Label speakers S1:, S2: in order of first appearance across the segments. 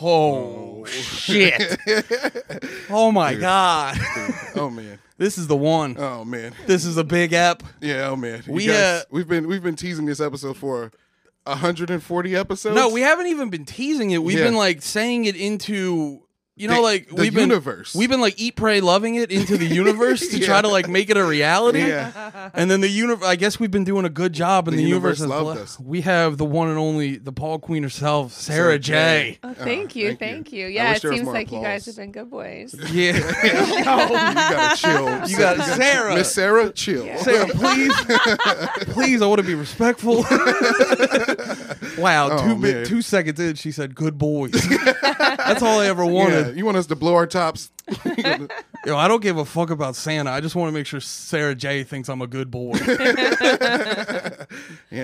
S1: Oh shit! Oh my god!
S2: oh man.
S1: This is the one.
S2: Oh man.
S1: This is a big app.
S2: Yeah. Oh man.
S1: We,
S2: We guys,
S1: uh,
S2: we've been we've been teasing this episode for 140 episodes.
S1: No, we haven't even been teasing it. We've
S2: Yeah.
S1: been like saying it into you know
S2: The-
S1: like
S2: the
S1: we've
S2: universe.
S1: been we've been like eat pray loving it into the universe to
S2: Yeah.
S1: try to like make it a reality.
S2: Yeah.
S1: And then the universe I guess we've been doing a good job and
S2: The
S1: the, universe,
S2: universe
S1: has
S2: loved
S1: bl-
S2: us.
S1: We have the one and only the Paul Queen herself, Sarah,
S2: Sarah
S1: J.
S2: J.
S3: Oh, thank you,
S2: Uh, thank you.
S3: thank you.
S2: I
S3: Yeah,
S2: wish
S3: it
S2: there was
S3: seems
S2: more
S3: like you guys
S2: applause.
S3: have been good boys.
S1: Yeah.
S2: Oh, you gotta chill.
S1: You got Sarah.
S2: Miss Sarah, chill.
S3: Yeah.
S1: Sarah, please, please, I want to be respectful. wow,
S2: Oh,
S1: two bit,
S2: man.
S1: two seconds in, she said, "Good boys." That's all I ever
S2: Yeah,
S1: wanted.
S2: you want us to blow our tops?
S1: Yo, I don't give a fuck about Santa. I just want to make sure Sarah J thinks I'm a good boy.
S2: Yeah,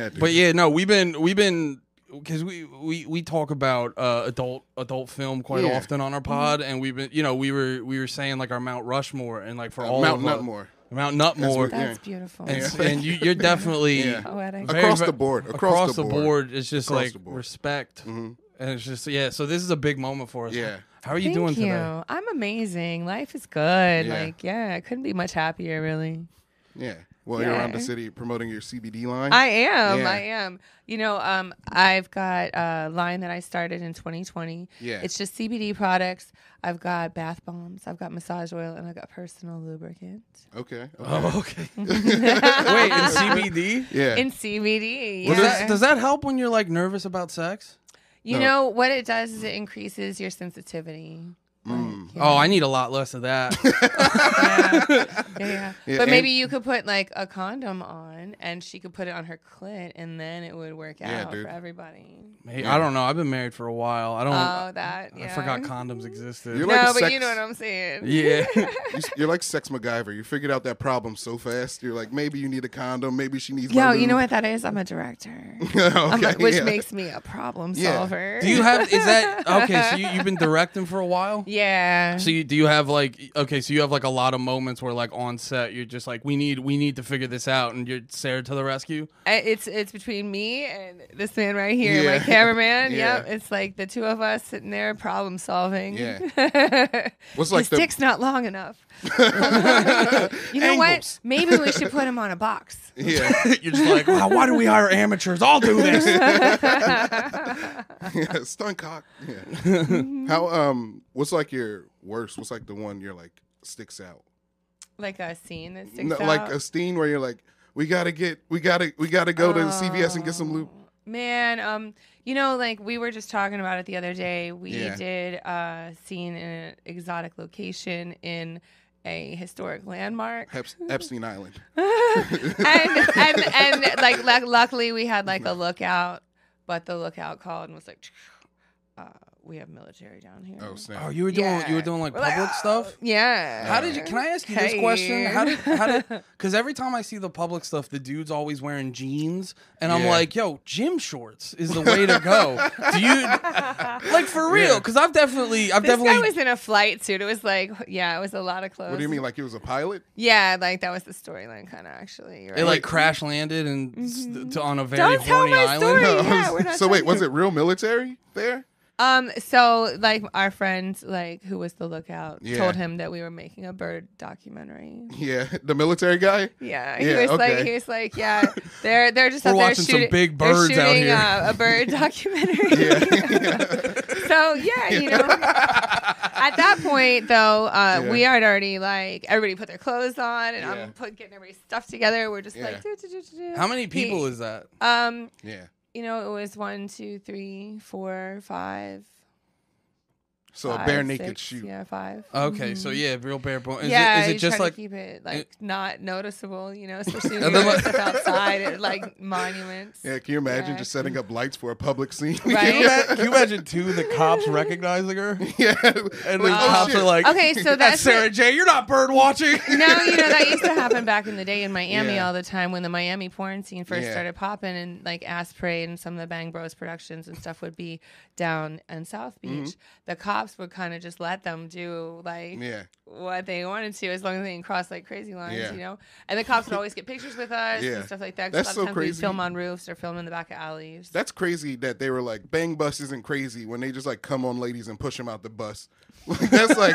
S2: dude.
S1: but yeah, no, we've been we've been because we, we we talk about uh, adult adult film quite
S2: Yeah. Mm-hmm.
S1: often on our pod, and we've been you know we were we were saying like our Mount Rushmore and like for all
S2: Uh, Mount
S1: of us-
S2: Nutmore.
S1: Mount Nutmore,
S2: what-
S3: That's
S2: Yeah.
S3: beautiful.
S1: and, and you, you're definitely
S2: Yeah.
S3: Poetic.
S1: very,
S2: Across
S1: ve-
S2: the board, across the board.
S1: It's just
S2: Across the
S1: like
S2: board. Mm-hmm.
S1: respect, and it's just yeah. So this is a big moment for us.
S2: Yeah.
S1: How are you
S3: Thank
S1: doing
S3: you.
S1: today?
S3: I'm amazing. Life is good.
S2: Yeah.
S3: Like, yeah, I couldn't be much happier, really.
S2: Yeah. Well, you're around the
S3: Yeah.
S2: city promoting your CBD line.
S3: I am.
S2: Yeah.
S3: I am. You know, um, I've got a line that I started in 2020.
S2: Yeah.
S3: It's just CBD products. I've got bath bombs. I've got massage oil, and I've got personal lubricant
S2: okay. okay.
S1: Oh, okay. Wait, in CBD.
S2: yeah.
S3: in CBD.
S1: Does,
S3: yeah.
S1: that, does that help when you're like nervous about sex?
S3: you
S2: No.
S3: know what it does is it increases your sensitivity.
S2: Mm.
S3: Like, yeah.
S1: Oh, I need a lot less of that.
S3: yeah. Uh, yeah, yeah.
S2: Yeah,
S3: But
S2: and-
S3: maybe you could put like a condom on, and she could put it on her clit, and then it would work
S2: Yeah,
S3: out
S2: dude.
S3: for everybody.
S1: Hey, I don't know. I've been married for a while. I don't.
S3: Oh,
S1: I-
S3: that. Yeah.
S1: I forgot condoms existed.
S2: You're like
S3: No,
S2: a
S3: but
S2: sex-
S3: you know what I'm saying.
S1: yeah.
S2: You, you're like sex MacGyver. You figured out that problem so fast. You're like, maybe you need a condom. Maybe she needs.
S3: Yo,
S2: my
S3: you know
S2: lube.
S3: what that is? I'm a director, I'm
S2: okay,
S3: a- which
S2: yeah.
S3: makes me a problem
S2: Yeah.
S3: solver.
S1: do you have? Is that okay? So you, you've been directing for a while.
S3: Yeah.
S1: So you, do you have like okay? So you have like a lot of moments where like on set you're just like we need we need to figure this out and you're Sarah to the rescue.
S3: I, it's it's between me and this man right here,
S2: Yeah.
S3: my cameraman.
S2: Yeah.
S3: Yep, it's like the two of us sitting there problem solving.
S2: What's
S3: His
S2: like the-
S3: stick's not long enough. you know
S1: Angles.
S3: what? Maybe we should put him on a box.
S2: Yeah.
S1: You're just like, wow, why do we hire amateurs? I'll do this.
S2: yeah, stunt cock. Yeah. How um, what's like your worst? What's like the one you're like sticks out?
S3: Like a scene that sticks
S2: No,
S3: out.
S2: like a scene where you're like, we gotta get, we gotta, we gotta go to CVS and get some loop.
S3: Oh, Man, um, you know, like we were just talking about it the other day. We
S2: Yeah.
S3: did a scene in an exotic location in a historic landmark.
S2: Hep- Epstein Island.
S3: and and and like, like luckily we had like a lookout, but the lookout called and was like, uh, "We have military down here."
S2: Oh snap!
S1: oh, you were doing you were
S3: Yeah.
S1: doing like
S3: We're
S1: public
S3: "Oh,
S1: stuff.
S3: Yeah.
S1: How did you? Can I ask you this
S3: Hey.
S1: question? How did? How did? Because every time I see the public stuff, the dude's always wearing jeans, and I'm
S2: Yeah.
S1: like, "Yo, gym shorts is the way to go." Do you like for real? Because I've definitely, I've
S3: This guy
S1: definitely.
S3: was in a flight suit. It was like, yeah, it was a lot of clothes.
S2: what do you mean? Like he was a pilot?
S3: Yeah, like that was the storyline, kind of actually. Right?
S1: it like crash landed and s- to, on a very
S3: Mm-hmm. Don't tell
S1: horny
S3: my
S1: island.
S3: story. Yeah, we're not
S2: so wait,
S3: talking-
S2: was it real military there?
S3: Um, so like our friend, like who was the lookout,
S2: Yeah.
S3: told him that we were making a bird documentary.
S2: Yeah, the military guy.
S3: Yeah, he
S2: Yeah,
S3: was
S2: okay.
S3: like, he was like, yeah, they're they're just
S1: We're
S3: out there
S1: watching some
S3: shooting
S1: big
S3: they're
S1: birds out
S3: shooting,
S1: here.
S3: Uh, a bird documentary. so yeah, you know, at that point though, uh,
S2: Yeah.
S3: we had already like everybody put their clothes on, and
S2: Yeah.
S3: I'm put, getting everybody's stuff together. We're just
S2: Yeah.
S3: like, do, do, do, do, do.
S1: How many people
S3: He-
S1: is that?
S3: um,
S2: Yeah.
S3: you know, it was one, two, three, four, five.
S2: So a
S3: five,
S2: bare naked
S3: six,
S2: shoot.
S3: Yeah, five.
S1: Okay, so yeah, real bare bone. Is
S3: Mm-hmm. yeah,
S1: it, is
S3: you
S1: it just
S3: try
S1: like
S3: to keep it like not noticeable, you know, especially
S1: And
S3: when
S1: then,
S3: you're
S1: like-
S3: stuff outside at like monuments.
S2: Yeah, can you imagine
S3: Yeah.
S2: just setting up lights for a public scene?
S3: Right?
S1: Can you, ima- can you imagine two the cops recognizing her?
S2: yeah.
S1: And the
S2: Like, oh,
S1: cops
S2: shit.
S1: are like,
S3: Okay, so
S1: that's
S3: that's
S1: Sarah
S3: what-
S1: J. You're not bird watching."
S3: No, you know that used to happen back in the day in Miami
S2: Yeah.
S3: all the time when the Miami porn scene first
S2: Yeah.
S3: started popping, and like
S2: Mm-hmm.
S3: Asprey and some of the Bang Bros productions and stuff would be down in South Beach. The cops cops would kind of just let them do like
S2: Yeah.
S3: what they wanted to as long as they didn't cross like crazy lines,
S2: Yeah.
S3: you know. And the cops would always get pictures with us
S2: Yeah.
S3: and stuff like that. 'cause
S2: That's
S3: a lot
S2: so
S3: of times we'd
S2: crazy.
S3: Film on roofs or film in the back of alleys.
S2: That's crazy that they were like bang bus isn't crazy when they just like come on ladies and push them out the bus. Like that's like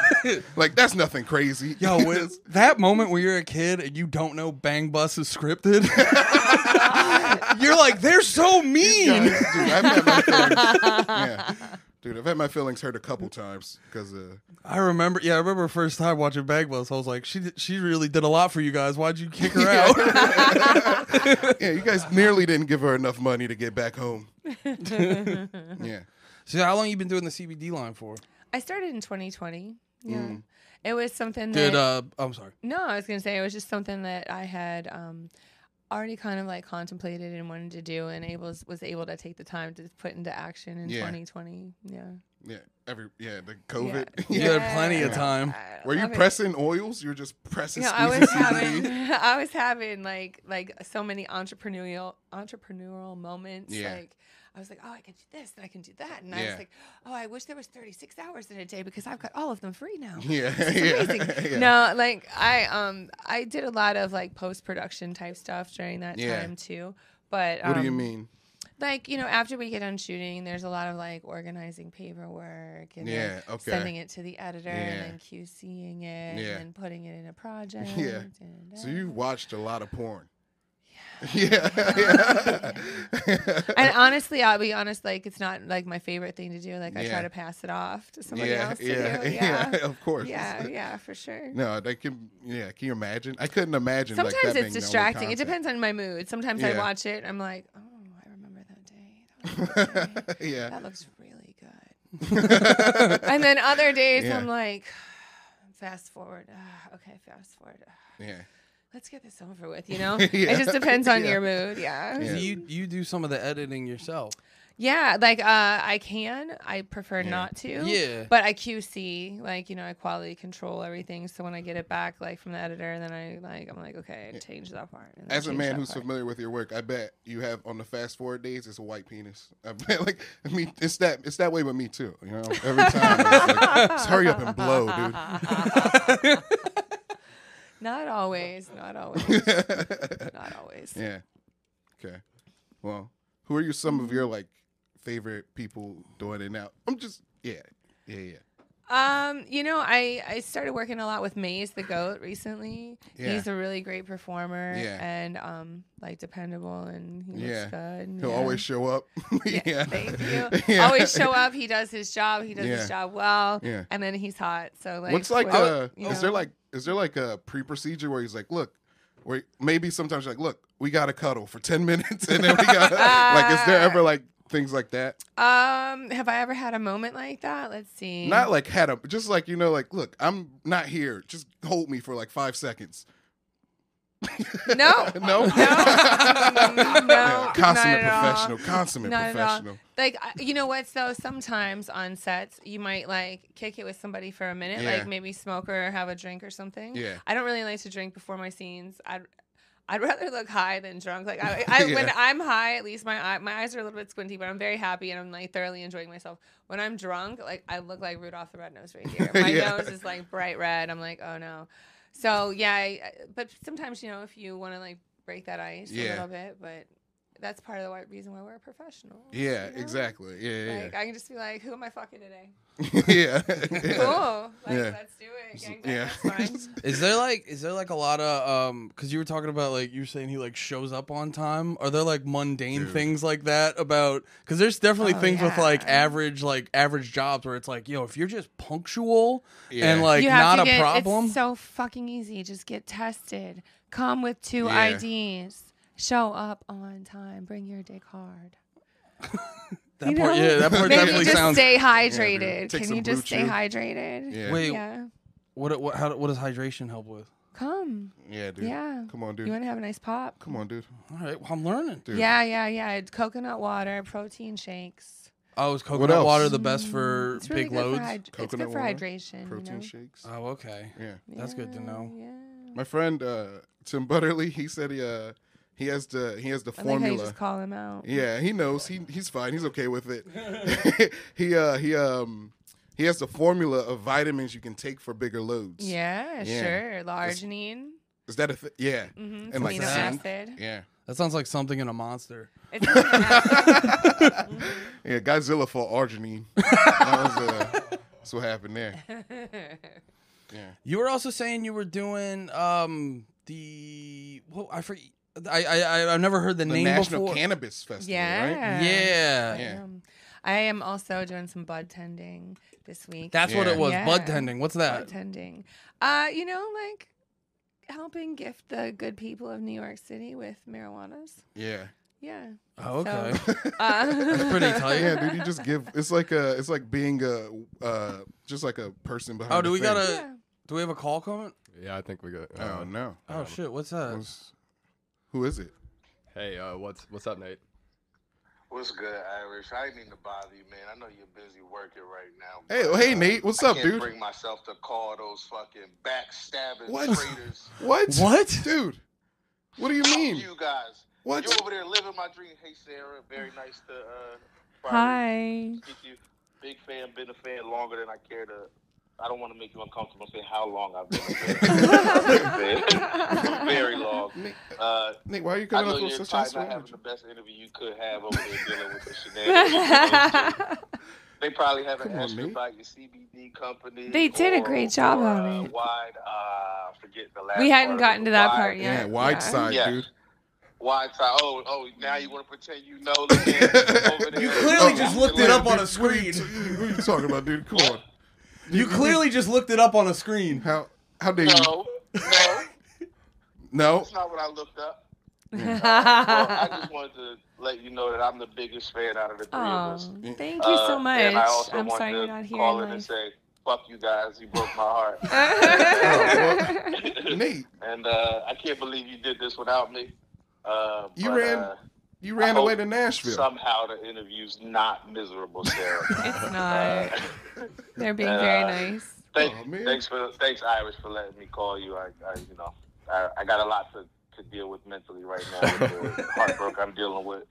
S2: like that's nothing crazy.
S1: Yo, when,
S2: It's-
S1: that moment when you're a kid and you don't know Bang Bus is scripted, you're like, they're so
S2: these
S1: mean.
S2: guys- dude, I've had my feelings. yeah. Dude, I've had my feelings hurt a couple times because uh,
S1: I remember, yeah, I remember the first time watching Bang Bus. I was like, she did- she really did a lot for you guys. Why'd you kick her out?
S2: yeah, you guys nearly didn't give her enough money to get back home. yeah.
S1: so how long you been doing the CBD line for?
S3: I started in 2020. Yeah,
S2: Mm.
S3: it was something that.
S1: Did uh, I'm sorry.
S3: no, I was gonna say it was just something that I had um, already kind of like contemplated and wanted to do, and able was able to take the time to put into action in
S2: Yeah.
S3: 2020. Yeah.
S2: Yeah. Every yeah, the COVID.
S1: You had plenty of time.
S3: I
S2: Um, Were you
S3: love it.
S2: pressing oils? You were just pressing.
S3: No, I was
S2: squeezing
S3: having
S2: CBD?
S3: I was having like like so many entrepreneurial entrepreneurial moments.
S2: Yeah.
S3: Like I was like, oh, I can do this and I can do that, and I
S2: Yeah.
S3: was like, oh, I wish there was 36 hours in a day because I've got all of them free now.
S2: Yeah,
S3: It's
S2: yeah,
S3: amazing.
S2: yeah.
S3: No, like I um I did a lot of like post production type stuff during that
S2: Yeah.
S3: time too. But um,
S2: What do you mean?
S3: Like you know, after we get done shooting, there's a lot of like organizing paperwork and then
S2: Yeah, okay.
S3: sending it to the editor
S2: Yeah.
S3: and then QCing it
S2: Yeah.
S3: and then putting it in a project.
S2: Yeah.
S3: and,
S2: So
S3: uh,
S2: you watched a lot of porn. Yeah. Yeah.
S3: and honestly, I'll be honest. Like, it's not like my favorite thing to do. Like, I
S2: Yeah.
S3: try to pass it off to somebody
S2: yeah,
S3: else to
S2: yeah,
S3: do. Yeah,
S2: Of course.
S3: yeah, yeah, for sure.
S2: No, I can. Yeah, can you imagine? I couldn't imagine. like,
S3: Sometimes
S2: that
S3: it's
S2: being the only
S3: distracting. It
S2: content.
S3: depends on my mood. Sometimes I
S2: Yeah.
S3: watch it. I'm like, oh, I remember that day. That was a good day.
S2: yeah.
S3: that looks really good. and then other days,
S2: Yeah.
S3: I'm like, fast forward. Ah, okay, fast forward. Ah,
S2: Yeah.
S3: Let's get this over with. You know,
S2: Yeah.
S3: it just depends on
S2: Yeah.
S3: your mood. Yeah.
S2: Yeah.
S1: So you you do some of the editing yourself.
S3: Yeah, like uh, I can. I prefer
S2: Yeah.
S3: not to.
S1: Yeah.
S3: But I QC, like you know, I quality control everything. So when I get it back, like from the editor, then I like I'm like, okay, I change that part. and then
S2: As a
S3: change
S2: man
S3: that
S2: who's
S3: part.
S2: familiar with your work, I bet you have on the fast forward days it's a white penis. I bet, like I mean, it's that it's that way with me too. You know, every time. It's like, just hurry up and blow,
S3: not always, not always,
S2: dude.
S3: not always.
S2: yeah. Okay. Well, who are you? Some of your like favorite people doing it now? I'm just yeah, yeah, yeah.
S3: Um, you know, I I started working a lot with Maze the goat recently.
S2: Yeah.
S3: He's a really great performer
S2: Yeah.
S3: and um like dependable and he looks
S2: Yeah.
S3: good.
S2: He'll
S3: yeah.
S2: always show up. yeah.
S3: Thank you.
S2: Yeah.
S3: Always show up. He does his job. He does
S2: Yeah.
S3: his job well.
S2: Yeah.
S3: And then he's hot. So like,
S2: What's like?
S3: what-
S2: uh,
S3: you
S2: is
S3: know?
S2: there like? Is there like a pre-procedure where he's like, look, where maybe sometimes you're like, look, we gotta cuddle for ten minutes, and then we gotta like. Is there ever like things like that?
S3: um, have I ever had a moment like that? Let's see.
S2: Not like had a just like you know like look, I'm not here. Just hold me for like five seconds.
S3: no,
S2: No,
S3: no, no,
S2: consummate
S3: not at all.
S2: professional, consummate
S3: Not at all.
S2: professional.
S3: Like I- you know what? though? sometimes on sets you might like kick it with somebody for a minute,
S2: Yeah.
S3: like maybe smoke or have a drink or something.
S2: Yeah.
S3: I don't really like to drink before my scenes. I'd I'd rather look high than drunk. Like I, I when
S2: Yeah.
S3: I'm high, at least my eye, my eyes are a little bit squinty, but I'm very happy and I'm like thoroughly enjoying myself. When I'm drunk, like I look like Rudolph the Red Nose right here. My
S2: Yeah.
S3: nose is like bright red. I'm like, oh no. So yeah, I, I- but sometimes you know if you want to like break that ice
S2: Yeah.
S3: a little bit, but that's part of the why- reason why we're professional.
S2: Yeah,
S3: you know?
S2: exactly. Yeah,
S3: Like I can just be like, who am I fucking today?
S2: yeah, yeah. yeah.
S3: Cool. Like
S2: Yeah.
S3: let's do it. Gang bang,
S2: Yeah.
S3: That's fine.
S1: Is there like is there like a lot of um cuz you were talking about like you were saying he like shows up on time? Are there like mundane
S2: Dude.
S1: things like that about cuz there's definitely
S3: Oh,
S1: things with like
S3: yeah.
S1: average like average jobs where it's like, yo, if you're just punctual
S2: Yeah.
S1: and like
S3: you
S1: not
S3: have to
S1: a
S3: get,
S1: problem.
S3: It's so fucking easy. Just get tested. Come with two
S2: Yeah.
S3: IDs. Show up on time. Bring your dick hard.
S1: that part
S3: you know?
S1: yeah, that part
S3: Maybe
S1: definitely
S3: just
S1: sounds
S3: stay hydrated.
S2: dude. Take
S3: Can
S2: some
S3: you just
S2: Blue
S3: stay
S2: Chew.
S3: hydrated?
S2: Yeah.
S1: Wait,
S3: Yeah.
S1: what what how what does hydration help with?
S3: Come.
S2: Yeah, dude.
S3: Yeah.
S2: Come on, dude.
S3: You want to have a nice pop?
S2: Come on, dude.
S1: All right, well, I'm learning.
S2: Dude.
S3: Yeah, yeah, yeah. Coconut water, protein shakes.
S1: Oh, is
S2: else?
S1: coconut water the best for
S3: Mm, It's really
S1: big
S3: good
S1: loads?
S3: for hyd- it's
S2: Coconut
S3: good for
S2: water,
S3: hydration.
S2: Protein
S3: you know?
S2: shakes.
S1: oh, okay.
S2: Yeah.
S1: That's good to
S3: Yeah,
S1: know.
S3: Yeah.
S2: My friend uh, Tim Butterly, he said he uh, he has the he has the
S3: I like how you
S2: formula.
S3: just call him out.
S2: yeah, he knows. He he's fine. He's okay with it. he uh he um he has the formula of vitamins you can take for bigger loads.
S3: Yeah,
S2: Yeah.
S3: sure. Larginine.
S2: Is that a th- yeah?
S3: hmm
S2: and, like,
S3: amino
S2: zinc.
S3: acid.
S2: Yeah.
S1: That sounds like something in a monster.
S3: It's amino acid.
S2: yeah, Godzilla for arginine. that was uh, that's what happened there. Yeah.
S1: You were also saying you were doing um the well, I forget. I I I've never heard the,
S2: The
S1: name
S2: National
S1: before.
S2: Cannabis Festival, right?
S3: yeah.
S1: yeah.
S2: Yeah.
S3: Um, I am also doing some bud tending this week.
S1: that's what it
S2: Yeah.
S1: was.
S3: Yeah.
S1: Bud tending. What's that?
S3: bud tending. Uh, you know, like helping gift the good people of New York City with marijuanas.
S2: Yeah.
S3: Yeah.
S1: Oh, okay.
S3: Uh,
S1: That's pretty tight.
S2: Oh, Yeah, dude, you just give. It's like a. It's like being a. Uh, just like a person behind.
S1: Oh, do
S2: the
S1: we
S2: thing.
S1: gotta-
S3: Yeah.
S1: Do we have a call coming?
S4: Yeah, I think we got.
S2: Oh
S4: Uh,
S2: no.
S1: Oh
S4: Um,
S1: shit! What's that?
S2: Who's- Who is it?
S4: hey, uh, what's what's up, Nate?
S5: What's good, Irish? I didn't mean to bother you, man. I know you're busy working right now.
S2: Hey,
S5: but,
S2: oh, hey,
S5: uh,
S2: Nate. What's
S5: I
S2: up,
S5: can't
S2: dude?
S5: bring myself to call those fucking backstabbing
S2: What?
S5: traitors.
S2: What?
S1: What?
S2: dude? What do you mean?
S5: You guys.
S2: What?
S5: You over there living my dream. Hey, Sarah. Very nice to uh,
S3: Hi.
S5: finally speak to you. Big fan. Been a fan longer than I care to. I don't want to make you uncomfortable. Say how long I've been. a fan. Very long. Uh,
S2: Nick, why are you
S5: I
S2: coming
S5: know
S2: up with
S5: you're
S2: such
S5: probably
S2: high
S5: not having
S2: language?
S5: the best interview you could have over there dealing with the shenanigans. They probably haven't
S2: Come on,
S5: asked you
S2: Nate.
S5: about your CBD company.
S3: They did a
S5: or-
S3: great job
S5: or,
S3: on
S5: uh,
S3: it.
S5: Wide, uh, forget the last
S3: We hadn't
S5: part of
S3: gotten
S5: it,
S3: to that
S5: wide-
S3: part yet.
S2: Yeah,
S3: Yeah.
S2: wide
S3: Yeah.
S2: side,
S5: Yeah.
S2: dude.
S5: Wide side. Oh, oh, now you want to pretend you know the over there.
S1: You clearly
S5: Oh,
S1: just
S5: yeah.
S1: looked it up on a
S2: What are you-
S1: screen.
S2: What are you talking about, dude? Come on.
S1: You clearly just looked it up on a screen.
S2: How? How dare you?
S5: No, no,
S2: No.
S5: that's not what I looked up. Well, I
S3: Aw,
S5: just wanted to let you know that I'm the biggest fan out of the three of us.
S3: thank you so
S5: Uh,
S3: much.
S5: and I also
S3: I'm
S5: want
S3: sorry
S5: to
S3: you're not here.
S5: Call in
S3: in
S5: and
S3: life.
S5: say, "Fuck you guys, you broke my heart."
S2: Oh, well, Nate,
S5: and uh, I can't believe you did this without me. Uh,
S2: You
S5: but,
S2: ran-
S5: uh,
S2: you ran
S5: I
S2: away
S5: hope
S2: to Nashville.
S5: Somehow the interview's not miserable, Sarah.
S3: it's not. They're being
S5: Uh,
S3: very nice.
S5: Thank,
S2: Aw, Oh, man.
S5: thanks for thanks Iris for letting me call you. I, I you know I, I got a lot to, to deal with mentally right now. With the heartbreak I'm dealing with.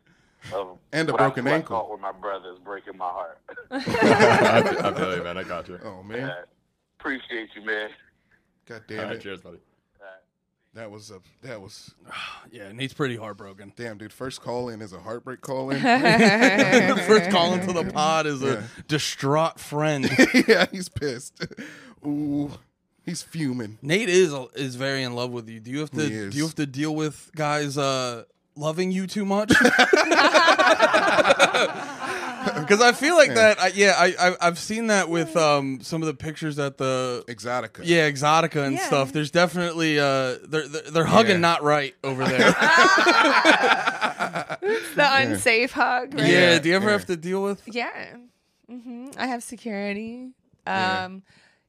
S5: Of
S2: And a
S5: what I-
S2: broken
S5: what I
S2: ankle.
S5: caught with my brother is breaking my heart.
S4: I, fe- I feel you, man. I got you.
S2: Oh
S5: Uh,
S2: man,
S5: appreciate you, man.
S2: god
S4: All
S2: damn
S4: right,
S2: it!
S4: cheers, buddy.
S5: Uh,
S2: That was a that was
S1: Yeah, Nate's pretty heartbroken.
S2: damn, dude. First call in is a heartbreak call in.
S1: the first call into the pod is
S2: Yeah.
S1: a distraught friend.
S2: yeah, he's pissed. Ooh, he's fuming.
S1: Nate is is very in love with you. Do you have to
S2: He is.
S1: do you have to deal with guys uh, loving you too much? Because I feel like that. I, yeah, I, I I've seen that with um some of the pictures at the
S2: Exotica.
S1: yeah Exotica and
S3: Yeah.
S1: stuff. There's definitely uh they're they're, they're hugging
S2: Yeah.
S1: not right over there.
S3: the unsafe hug.
S1: yeah,
S3: Right?
S2: Yeah,
S1: Do you ever
S2: yeah.
S1: have to deal with?
S3: Yeah. hmm I have security. Um,
S2: Yeah.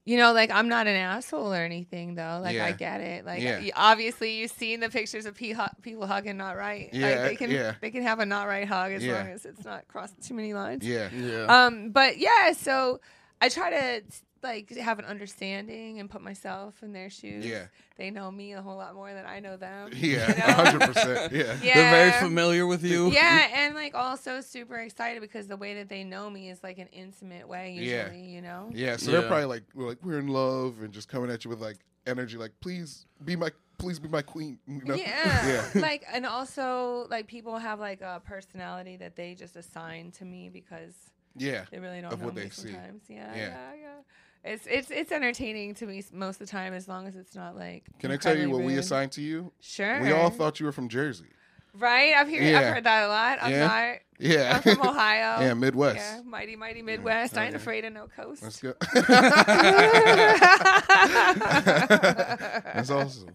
S3: You know, like I'm not an asshole or anything, though. Like I
S2: Yeah.
S3: get it. Like
S2: Yeah.
S3: y- obviously, you've seen the pictures of pe- hu- people hugging not right. like,
S2: Yeah,
S3: they can
S2: yeah.
S3: they can have a not right hug as
S2: Yeah.
S3: long as it's not crossing too many lines.
S2: Yeah.
S1: Yeah.
S2: Oh.
S3: Um, but yeah, so I try to like have an understanding and put myself in their shoes.
S2: Yeah.
S3: They know me a whole lot more than I know them.
S2: Yeah,
S3: You know?
S2: hundred percent. Yeah.
S3: Yeah.
S1: They're very familiar with you.
S3: Yeah, and like also super excited because the way that they know me is like an intimate way usually,
S2: Yeah.
S3: you know.
S2: Yeah, so
S1: Yeah.
S2: they're probably like, we're like, we're in love, and just coming at you with like energy, like, please be my, please be my queen. You know?
S3: Yeah.
S2: yeah,
S3: like and also like people have like a personality that they just assign to me because
S2: yeah,
S3: they really don't
S2: Of
S3: know
S2: what
S3: me
S2: they see.
S3: sometimes. Yeah,
S2: Yeah.
S3: yeah, yeah. It's it's it's entertaining to me s- most of the time as long as it's not like
S2: Can I tell you
S3: incredibly
S2: what we
S3: rude.
S2: assigned to you?
S3: Sure.
S2: We all thought you were from Jersey.
S3: Right? I've heard I've
S2: Yeah.
S3: heard that a lot. I'm
S2: Yeah.
S3: not
S2: Yeah.
S3: I'm from Ohio.
S2: yeah, Midwest.
S3: Yeah, mighty, mighty Midwest. I ain't
S2: Okay.
S3: afraid of no
S2: Let's
S3: coast.
S2: go.
S3: That's
S2: That's awesome.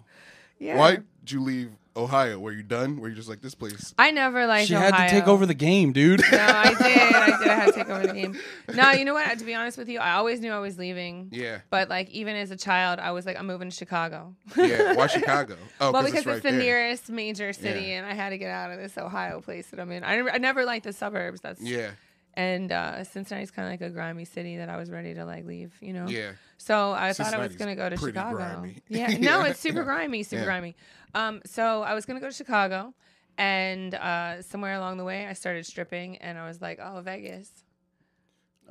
S3: Yeah.
S2: Why would you leave Ohio? Were you done? Were you just like this place?
S3: I never liked
S1: She had to take
S3: Ohio.
S1: over the game, dude.
S3: No, I did. I did. I had to take over the game. No, you know what? To be honest with you, I always knew I was leaving.
S2: Yeah,
S3: But like, even as a child, I was like, I'm moving to Chicago.
S2: yeah. Why Chicago? Oh,
S3: well, because
S2: it's
S3: it's,
S2: right
S3: the
S2: there.
S3: nearest major city,
S2: Yeah.
S3: and I had to get out of this Ohio place that I'm in. I, never- I never liked the suburbs. That's
S2: Yeah,
S3: And uh, Cincinnati's kind of like a grimy city that I was ready to like leave. You know.
S2: yeah,
S3: So I thought I was
S2: Cincinnati's
S3: gonna go to
S2: pretty
S3: Chicago.
S2: grimy.
S3: Yeah, no,
S2: Yeah.
S3: it's super grimy, super
S2: Yeah.
S3: grimy. Um, so I was gonna go to Chicago, and uh, somewhere along the way, I started stripping, and I was like, oh, Vegas.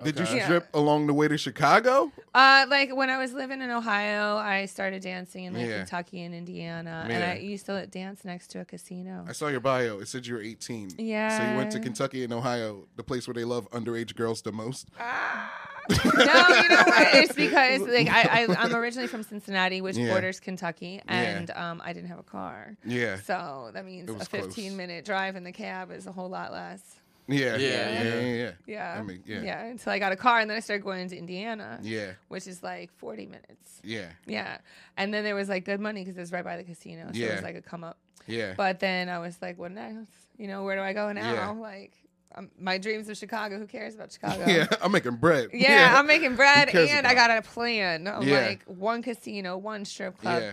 S2: Did you
S4: Okay.
S3: Yeah.
S2: strip along the way to Chicago?
S3: Uh, like when I was living in Ohio, I started dancing in like
S2: Yeah.
S3: Kentucky and Indiana, and
S2: Yeah.
S3: I used to dance next to a casino.
S2: I saw your bio. It said you were 18. So you went to
S3: Yeah.
S2: Kentucky and Ohio, the place where they love underage girls the most.
S3: no, you know what? It's because like I, I I'm originally from Cincinnati, which
S2: Yeah.
S3: borders Kentucky,
S2: Yeah.
S3: and um I didn't have a car,
S2: Yeah.
S3: so that means
S2: It
S3: a
S2: was
S3: 15
S2: close.
S3: minute drive in the cab is a whole lot less.
S1: Yeah,
S2: Yeah. Yeah.
S1: yeah.
S2: Yeah. yeah.
S3: Yeah.
S2: I mean, yeah.
S3: Yeah. Until I got a car, and then I started going into Indiana,
S2: Yeah.
S3: which is like 40 minutes.
S2: Yeah.
S3: Yeah. And then there was like good money because it was right by the casino, so it
S2: Yeah.
S3: was like a come up.
S2: Yeah.
S3: But then I was like, what next? You know, where do I go now?
S2: Yeah.
S3: Like, um, my dreams of Chicago. Who cares about Chicago?
S2: Yeah, I'm making bread.
S3: Yeah, I'm making bread
S2: cares
S3: and I
S2: about
S3: got a plan. I'm
S2: Yeah.
S3: like one casino, one strip club,
S2: Yeah.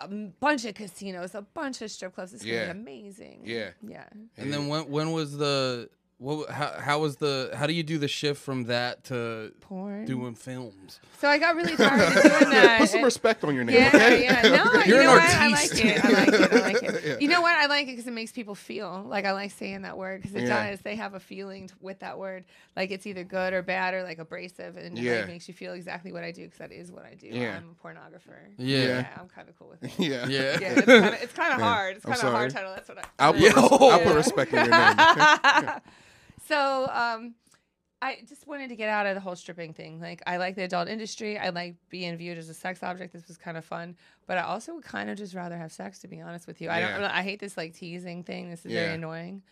S3: a m- bunch of casinos, a bunch of strip clubs. It's
S2: Yeah.
S3: gonna be amazing.
S2: Yeah.
S3: yeah.
S1: And then when when was the what? How, how was the? How do you do the shift from that to
S3: Porn.
S1: doing films?
S3: so I got really tired of doing that.
S2: Put some
S3: and-
S2: respect on your name,
S3: yeah,
S2: okay?
S3: yeah. No, you
S1: You're an
S3: know what? I like
S1: artiste.
S3: it. I like it. I like it.
S2: Yeah.
S3: You know what? I like it because it makes people feel like I like saying that word because it
S2: Yeah.
S3: does. They have a feeling t- with that word, like it's either good or bad or like abrasive, and it
S2: Yeah.
S3: like, makes you feel exactly what I do because that is what I do.
S2: Yeah.
S3: I'm a pornographer.
S1: Yeah.
S3: I'm kind of cool with it.
S2: Yeah.
S1: Yeah.
S3: Yeah, it's kinda, it's kinda hard. It's
S2: I'm
S3: kind of a hard
S2: sorry.
S3: title. That's what I.
S2: I'll put,
S1: Yeah.
S2: res- I'll put
S3: Yeah.
S2: respect on your name.
S3: so, um, I just wanted to get out of the whole stripping thing. Like, I like the adult industry. I like being viewed as a sex object. This was kind of fun, but I also would kind of just rather have sex, to be honest with you. I don't.
S2: Yeah.
S3: I hate this like teasing thing. This is
S2: Yeah.
S3: very annoying.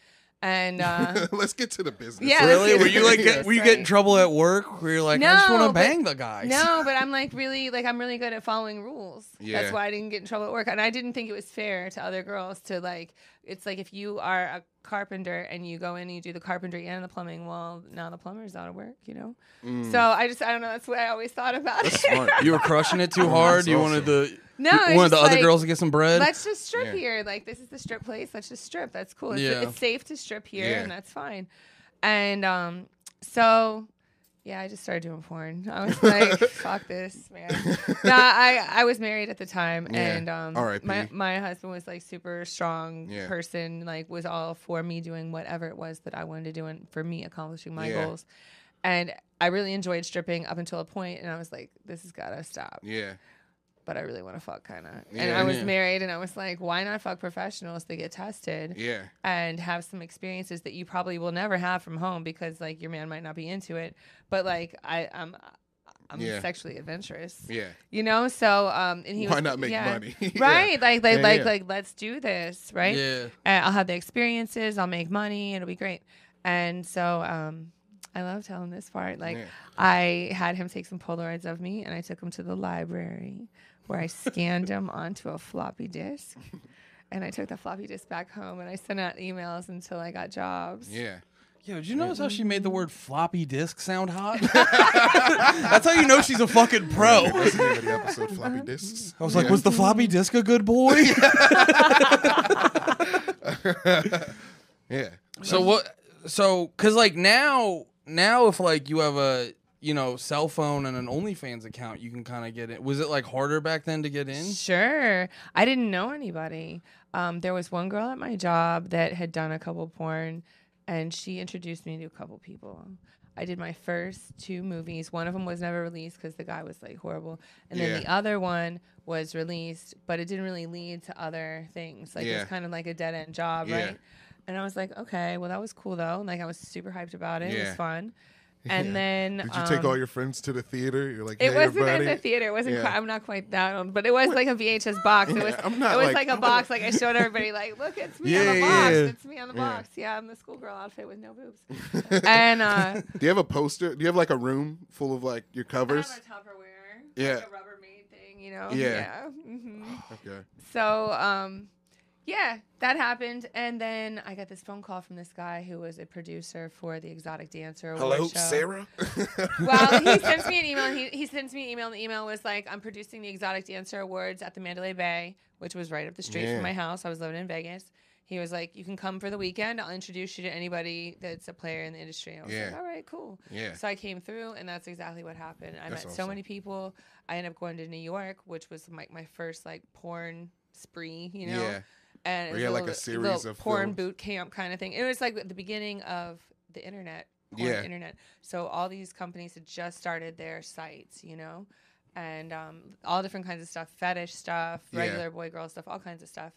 S3: And uh,
S2: Let's get to the business.
S3: Yeah, let's
S1: Really?
S3: get
S1: Were
S3: to
S1: you
S3: the
S1: like
S3: business,
S1: get, were you getting
S3: right.
S1: trouble at work? Were you like I just
S3: No,
S1: want to
S3: but-
S1: bang the guy?
S3: no, but I'm like really like I'm really good at following rules.
S2: Yeah.
S3: That's why I didn't get in trouble at work, and I didn't think it was fair to other girls to like. It's like if you are a carpenter and you go in and you do the carpentry and the plumbing, well, now the plumber's out of work, you know.
S2: Mm.
S1: Hmm.
S3: So I just I don't know. That's what I always thought about. it.
S2: Smart.
S1: You were crushing it too
S2: Oh,
S1: hard.
S2: that's
S1: You wanted the
S3: No,
S1: you
S3: it's
S1: wanted the
S3: just
S1: other
S3: like,
S1: girls to get some bread.
S3: Let's just strip
S2: Yeah.
S3: here. Like this is the strip place. Let's just strip. That's cool. It's,
S1: Yeah.
S3: it's safe to strip here,
S2: Yeah.
S3: and that's fine. And um, so yeah, I just started doing porn. I was like, fuck this, man. Nah, I I was married at the time,
S2: Yeah.
S3: and um,
S2: R.I.P..
S3: my my husband was like super strong
S2: Yeah.
S3: person. Like was all for me doing whatever it was that I wanted to do, and for me accomplishing my
S2: Yeah.
S3: goals. And I really enjoyed stripping up until a point, and I was like, this has got to stop
S2: Yeah.
S3: but I really want to fuck kind of. And
S2: Yeah.
S3: I was
S1: Yeah.
S3: married and I was like, why not fuck professionals that get tested
S2: Yeah.
S3: and have some experiences that you probably will never have from home because like your man might not be into it. But like I I'm I'm
S2: Yeah.
S3: sexually adventurous.
S2: Yeah.
S3: You know? So um and he
S2: Why
S3: was,
S2: not make
S3: yeah.
S2: money? Yeah.
S3: Right. Like like
S2: Yeah,
S3: like
S2: yeah.
S3: like let's do this, right?
S1: Yeah.
S3: And I'll have the experiences, I'll make money, it'll be great. And so um I love telling this part. Like
S2: Yeah.
S3: I had him take some Polaroids of me and I took him to the library where I scanned him onto a floppy disk. And I took the floppy disk back home and I sent out emails until I got jobs.
S2: Yeah.
S1: Yo, did you notice how she made the word floppy disk sound hot? That's how you know she's a fucking pro.
S2: That's the name of the episode, floppy discs.
S3: Uh-huh.
S1: I was like, was the floppy disk a good boy?
S2: Yeah.
S1: So what? So because like now, now if like you have a you know cell phone and an OnlyFans account, you can kind of get in. Was it like harder back then to get in?
S3: Sure. I didn't know anybody. Um, there was one girl at my job that had done a couple porn, and she introduced me to a couple people. I did my first two movies. One of them was never released because the guy was like horrible, and
S2: Yeah.
S3: then the other one was released, but it didn't really lead to other things. Like it
S2: Yeah.
S3: was kind of like a dead end job,
S2: Yeah.
S3: right? And I was like, okay, well that was cool though. And, Like I was super hyped about it. It
S2: Yeah.
S3: was fun. And
S2: Yeah.
S3: then
S2: Did you take
S3: um,
S2: all your friends to the theater? You're like,
S3: it
S2: "Hey,
S3: wasn't at the
S2: everybody."
S3: theater. It wasn't.
S2: Yeah.
S3: Quite, I'm not quite that on, but it was like a VHS box. It was.
S2: Yeah, I'm not
S3: it was
S2: like-
S3: like, a box. Like I showed everybody. Like, look, it's me on
S2: Yeah,
S3: the box.
S2: yeah.
S3: It's me on the
S2: Yeah.
S3: box. Yeah, I'm the schoolgirl outfit with no boobs. and uh,
S2: Do you have a poster? Do you have like a room full of like your
S3: I have
S2: covers?
S3: a Tupperware.
S2: Yeah.
S3: Like a Rubbermaid thing, you know.
S2: Yeah.
S3: hmm
S2: Okay.
S3: So, um, yeah, that happened, and then I got this phone call from this guy who was a producer for the Exotic Dancer. Award
S2: Hello,
S3: show.
S2: Sarah.
S3: Well, he sends me an email. and He, he sends me an email. And the email was like, I'm producing the Exotic Dancer Awards at the Mandalay Bay, which was right up the street
S2: Yeah.
S3: from my house. I was living in Vegas. He was like, You can come for the weekend. I'll introduce you to anybody that's a player in the industry. I was
S2: Yeah.
S3: like, All right, cool.
S2: Yeah.
S3: So I came through, and that's exactly what happened. I
S2: That's
S3: met so
S2: awesome.
S3: many people. I ended up going to New York, which was like my, first like porn spree, you know?
S2: Yeah.
S3: and
S2: Or
S3: it was
S2: you had, like, a
S3: little-
S2: series
S3: little
S2: of
S3: porn
S2: films.
S3: boot camp kind of thing. It was like the beginning of the internet porn
S2: Yeah.
S3: internet. So all these companies had just started their sites, you know, and um, all different kinds of stuff, fetish stuff,
S2: Yeah.
S3: regular boy girl stuff, all kinds of stuff.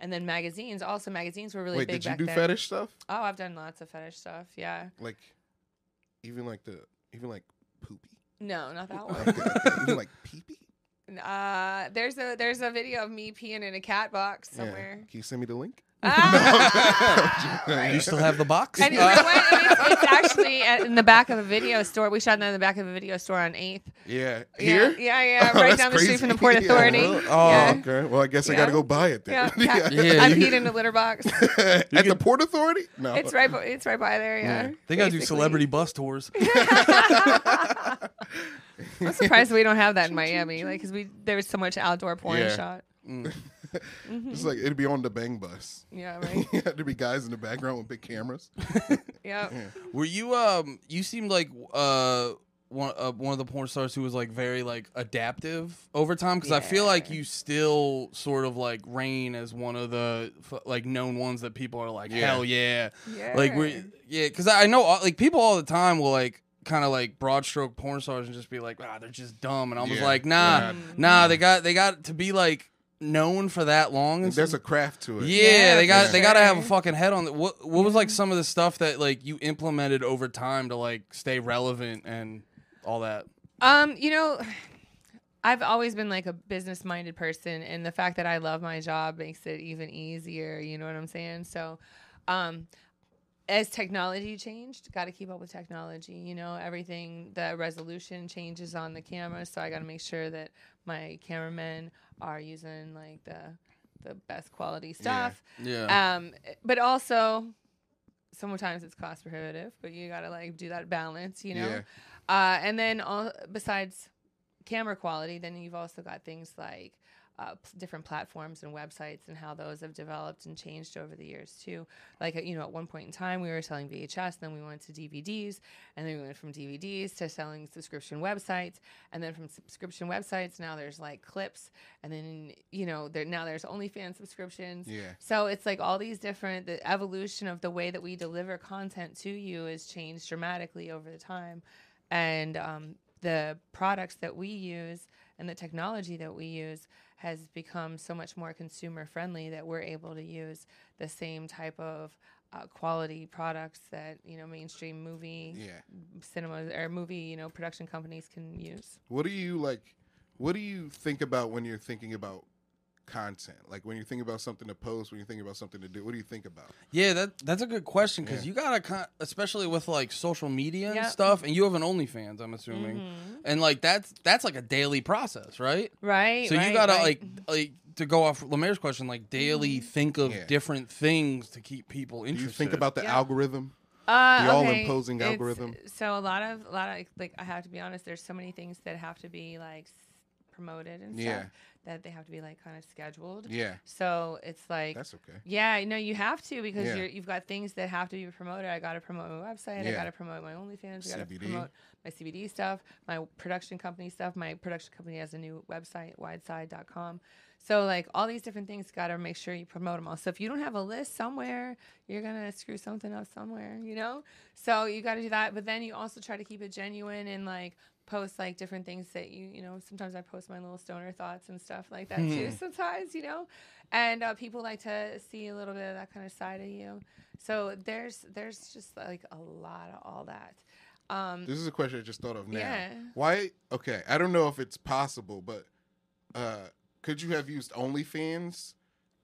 S3: And then magazines, also magazines were really
S2: Wait,
S3: big
S2: did you
S3: back
S2: do
S3: then.
S2: fetish stuff?
S3: Oh, I've done lots of fetish stuff. Yeah.
S2: Like, even like the even like poopy,
S3: No, not that one.
S2: like the, even like peepee.
S3: Uh, there's a there's a video of me peeing in a cat box
S2: Yeah.
S3: somewhere.
S2: Can you send me the link?
S3: Ah!
S1: You still have the box?
S3: And we
S1: Uh,
S3: went, and it's, it's actually at, in the back of a video store. We shot that in the back of a video store on Eighth.
S2: Yeah.
S3: Yeah,
S2: Here?
S3: yeah, yeah,
S2: Oh,
S3: right
S2: that's
S3: down the street from the
S2: crazy.
S3: Port
S2: Yeah,
S3: Authority.
S2: really?
S1: Oh,
S3: yeah.
S2: Okay. Well, I guess I got to
S3: Yeah.
S2: go buy it
S3: Yeah,
S2: then.
S3: cat-
S1: Yeah,
S3: I
S1: you-
S3: peed in a litter box.
S2: At the Port Authority? No.
S3: It's right, by- it's right by there. Yeah,
S2: Yeah.
S1: they gotta do
S3: basically.
S1: celebrity bus tours.
S3: I'm surprised we don't have that in Miami, like, cause we there was so much outdoor porn
S2: Yeah.
S3: shot.
S1: Mm.
S3: Mm-hmm.
S2: It's like it'd be on the bang bus.
S3: Yeah, right.
S2: There'd be guys in the background with big cameras.
S3: Yep.
S1: Were you um? You seemed like uh one uh, one of the porn stars who was like very like adaptive over time because I feel like
S3: Yeah.
S1: you still sort of like reign as one of the f- like known ones that people are like
S2: Yeah.
S1: hell yeah
S3: yeah.
S1: like we yeah because I know all- like people all the time will like kind of like broad stroke porn stars and just be like ah they're just dumb and I was
S2: Yeah.
S1: like nah
S2: Yeah.
S3: Mm.
S1: nah they got they got to be like known for that long and
S2: There's a craft to it.
S1: yeah,
S3: Yeah,
S1: they got
S2: for
S1: they got to have a
S3: sure.
S1: fucking head on. The, what what was like some of the stuff that like you implemented over time to like stay relevant and all that?
S3: Um, you know, I've always been like a business minded person, and the fact that I love my job makes it even easier. You know what I'm saying? So, um, as technology changed, got to keep up with technology. You know, everything, the resolution changes on the camera, so I got to make sure that my cameramen are using like the the best quality stuff.
S1: Yeah,
S3: Um, but also, sometimes it's cost prohibitive, but you gotta like do that balance, you know.
S2: Yeah.
S3: Uh, and then all besides camera quality, then you've also got things like uh, p- different platforms and websites and how those have developed and changed over the years too. Like uh, you know, at one point in time, we were selling VHS, then we went to DVDs, and then we went from DVDs to selling subscription websites, and then from subscription websites, now there's like clips, and then you know, there now there's OnlyFans subscriptions.
S2: Yeah.
S3: So it's like all these different the evolution of the way that we deliver content to you has changed dramatically over the time, and um, the products that we use and the technology that we use has become so much more consumer friendly that we're able to use the same type of uh, quality products that you know mainstream movie
S2: Yeah.
S3: cinemas or movie you know production companies can use.
S2: What do you like? What do you think about when you're thinking about content? Like when you think about something to post, when you think about something to do, what do you think about?
S1: yeah, that that's a good question because
S2: Yeah.
S1: you gotta con- especially with like social media and
S3: Yeah.
S1: stuff, and you have an OnlyFans, I'm assuming,
S3: Mm-hmm.
S1: and like that's that's like a daily process, right?
S3: Right.
S1: So you
S3: right,
S1: gotta
S3: right. Mm-hmm.
S1: like like to go off Lemaire's question, like daily think of
S2: Yeah.
S1: different things to keep people
S2: Do you
S1: interested.
S2: think about the
S3: Yeah.
S2: algorithm?
S3: Uh,
S2: The
S3: okay.
S2: all-imposing
S3: It's-
S2: algorithm.
S3: So a lot of a lot of like I have to be honest. There's so many things that have to be like s- promoted and stuff
S2: Yeah.
S3: that they have to be like kind of scheduled.
S2: Yeah.
S3: So it's like
S2: That's okay.
S3: yeah, no, you have to because
S2: Yeah.
S3: you're, you've got things that have to be promoted. I got to promote my website. I
S2: Yeah.
S3: got to promote my OnlyFans. I got to
S2: CBD.
S3: promote my CBD stuff, my production company stuff. My production company has a new website, wideside.com. So like all these different things, got to make sure you promote them all. So if you don't have a list somewhere, you're gonna screw something up somewhere, you know. So you got to do that, but then you also try to keep it genuine and like post like different things that you you know sometimes i post my little stoner thoughts and stuff like that
S2: Hmm.
S3: too sometimes you know and uh, people like to see a little bit of that kind of side of you so there's there's just like a lot of all that um
S2: This is a question I just thought of now.
S3: Yeah.
S2: Why? Okay, I don't know if it's possible, but uh, could you have used OnlyFans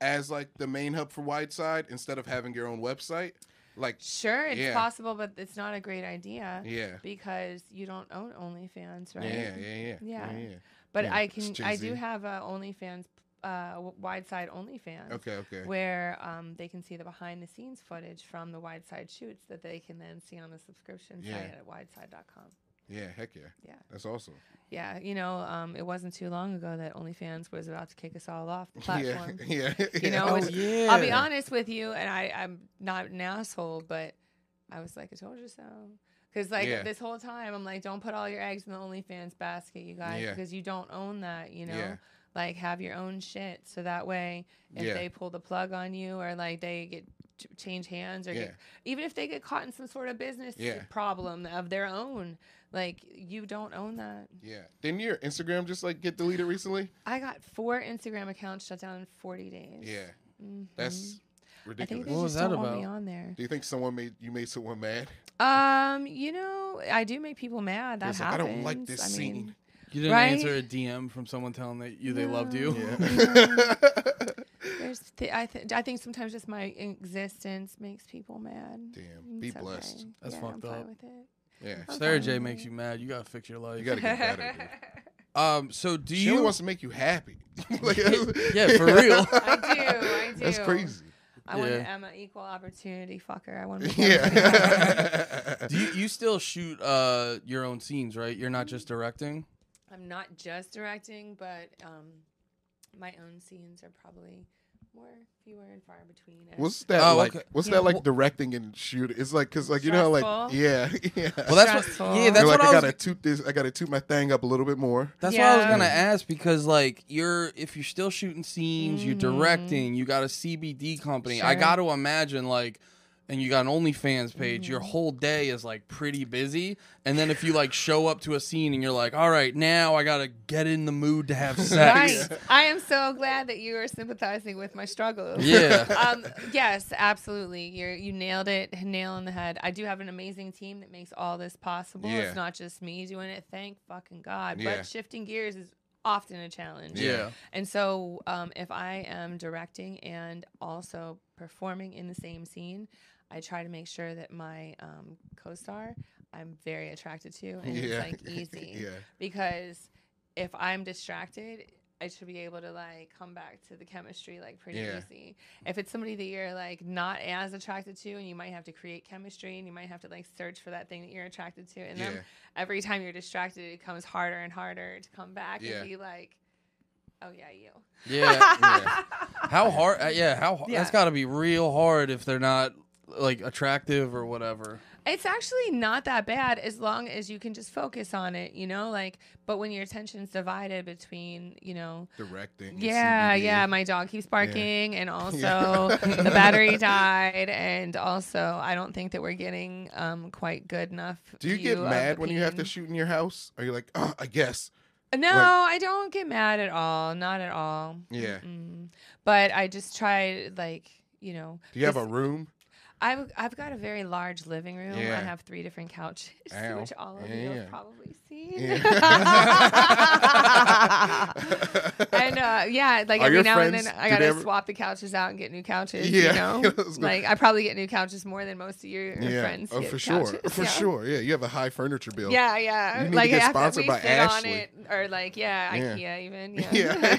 S2: as like the main hub for Wideside instead of having your own website? Like,
S3: sure it's
S2: Yeah.
S3: possible but it's not a great idea
S2: yeah,
S3: because you don't own onlyfans
S2: yeah,
S3: right
S2: yeah, yeah, yeah,
S3: Yeah.
S2: yeah.
S3: but
S2: Yeah,
S3: i
S2: it's
S3: can i do
S2: cheesy.
S3: have a onlyfans uh w- wide side onlyfans
S2: Okay, okay.
S3: where um, they can see the behind the scenes footage from the wide side shoots that they can then see on the subscription
S2: Yeah.
S3: site at wideside.com.
S2: Yeah, heck yeah.
S3: Yeah.
S2: That's awesome.
S3: Yeah, you know, um, it wasn't too long ago that OnlyFans was about to kick us all off the
S2: Yeah,
S3: platform.
S2: yeah,
S3: You
S2: Oh,
S3: know,
S2: yeah.
S3: which-
S1: yeah.
S3: Oh, I'll be honest with you, and I, I'm not an asshole, but I was like, I told you so. Because, like,
S2: Yeah.
S3: this whole time, I'm like, don't put all your eggs in the OnlyFans basket, you guys,
S2: Yeah.
S3: because you don't own that, you know?
S2: Yeah.
S3: Like, have your own shit. So that way, if
S2: Yeah.
S3: they pull the plug on you or, like, they get ch- change hands or
S2: Yeah.
S3: get, even if they get caught in some sort of business
S2: Yeah.
S3: problem of their own. Like you don't own that.
S2: Yeah. Didn't your Instagram just like get deleted recently?
S3: I got four Instagram accounts shut down in 40 days.
S2: Yeah.
S3: Mhm.
S2: That's
S3: I think
S2: ridiculous.
S3: they
S1: What was
S3: just
S1: that
S3: don't want me
S1: about?
S3: on there.
S2: Do you think someone made you made someone mad?
S3: Um, you know, I do make people mad. That
S2: It's like, I
S3: happens.
S2: don't like this
S3: I
S2: scene.
S3: mean,
S1: You didn't
S3: Right?
S1: answer a DM from someone telling that you they loved you.
S3: No. There's th- I, th- I think sometimes just my existence makes people mad.
S2: Damn.
S3: It's
S2: Be
S3: okay.
S2: blessed.
S1: That's
S3: yeah,
S1: fucked
S3: I'm fine
S1: up.
S3: With it.
S2: Yeah.
S1: If Sarah
S3: fine
S1: J
S3: with
S1: makes
S3: it.
S1: you mad, you gotta fix your life.
S2: You gotta get better. Dude.
S1: um. So do
S2: She
S1: you?
S2: only wants to make you happy. Like,
S1: Yeah, for real.
S3: I do. I do.
S2: That's crazy.
S3: I want
S1: Yeah.
S3: I'm an equal opportunity fucker. I want to.
S2: Yeah.
S1: do you, you still shoot uh your own scenes, right? You're not just directing.
S3: I'm not just directing, but um, my own scenes are probably more fewer and far between. and-
S2: What's that
S1: Oh,
S2: like?
S1: okay.
S2: What's
S3: Yeah.
S2: that like directing and shooting? It's like because like you know how like
S3: Stressful.
S2: yeah yeah.
S1: Well, that's what,
S3: Stressful.
S1: yeah. That's
S2: You're like
S1: what I
S2: I
S1: was.
S2: gotta toot this. I gotta toot my thing up a little bit more.
S1: That's what I was
S3: Yeah.
S1: gonna ask because like you're if you're still shooting scenes, you're
S3: Mhm.
S1: directing, you got a CBD company. I
S3: Sure.
S1: got to imagine like, and you got an OnlyFans page. Your whole day is like pretty busy, and then if you like show up to a scene and you're like, all right, now I gotta get in the mood to have sex.
S3: Right. I am so glad that you are sympathizing with my struggles.
S1: Yeah.
S3: um, yes, absolutely. You you nailed it, nail on the head. I do have an amazing team that makes all this possible.
S2: Yeah.
S3: It's not just me doing it. Thank fucking God.
S2: Yeah.
S3: But shifting gears is often a challenge.
S1: Yeah.
S3: And so, um, if I am directing and also performing in the same scene, I try to make sure that my um, co-star I'm very attracted to, and
S2: yeah.
S3: it's like easy
S2: yeah.
S3: because if I'm distracted, I should be able to like come back to the chemistry like pretty
S2: Yeah.
S3: easy. If it's somebody that you're like not as attracted to, and you might have to create chemistry, and you might have to like search for that thing that you're attracted to, and
S2: Yeah.
S3: then every time you're distracted, it becomes harder and harder to come back
S2: Yeah.
S3: and be like, "Oh yeah, you."
S1: Yeah. How hard? uh, Yeah. How hard?
S3: Yeah.
S1: That's gotta be real hard if they're not like attractive or whatever.
S3: It's actually not that bad as long as you can just focus on it, you know. Like, but when your attention's divided between, you know,
S2: Directing. and
S3: Yeah,
S2: CBD.
S3: yeah. My dog keeps barking, and also
S2: Yeah.
S3: the battery died, and also I don't think that we're getting um quite good enough.
S2: Do you get
S3: view of
S2: mad
S3: the
S2: when you have to
S3: painting.
S2: shoot in your house? Are you like, oh, I guess?
S3: No,
S2: like-
S3: I don't get mad at all. Not at all.
S2: Yeah.
S3: Mm-mm. But I just try like you know.
S2: Do you have a
S3: this-
S2: room?
S3: I've I've got a very large living room.
S2: Yeah.
S3: I have three different couches,
S2: Ow.
S3: which all of you
S2: Yeah.
S3: have probably seen. and
S2: and
S3: uh, yeah, like
S2: Are
S3: every
S2: your
S3: now and
S2: friends-
S3: then I
S2: do they
S3: gotta
S2: ever-
S3: swap the couches out and get new couches.
S2: Yeah,
S3: You know,
S2: let's go.
S3: like I probably get new couches more than most of your your friends.
S2: oh,
S3: get
S2: for sure,
S3: couches,
S2: for
S3: yeah.
S2: sure. Yeah, you have a high furniture bill.
S3: Yeah, yeah.
S2: You need to
S3: like
S2: get
S3: after
S2: sponsored
S3: we
S2: by
S3: sit
S2: Ashley.
S3: on it, or like yeah, IKEA
S2: Yeah.
S3: even.
S2: Yeah,
S3: Yeah.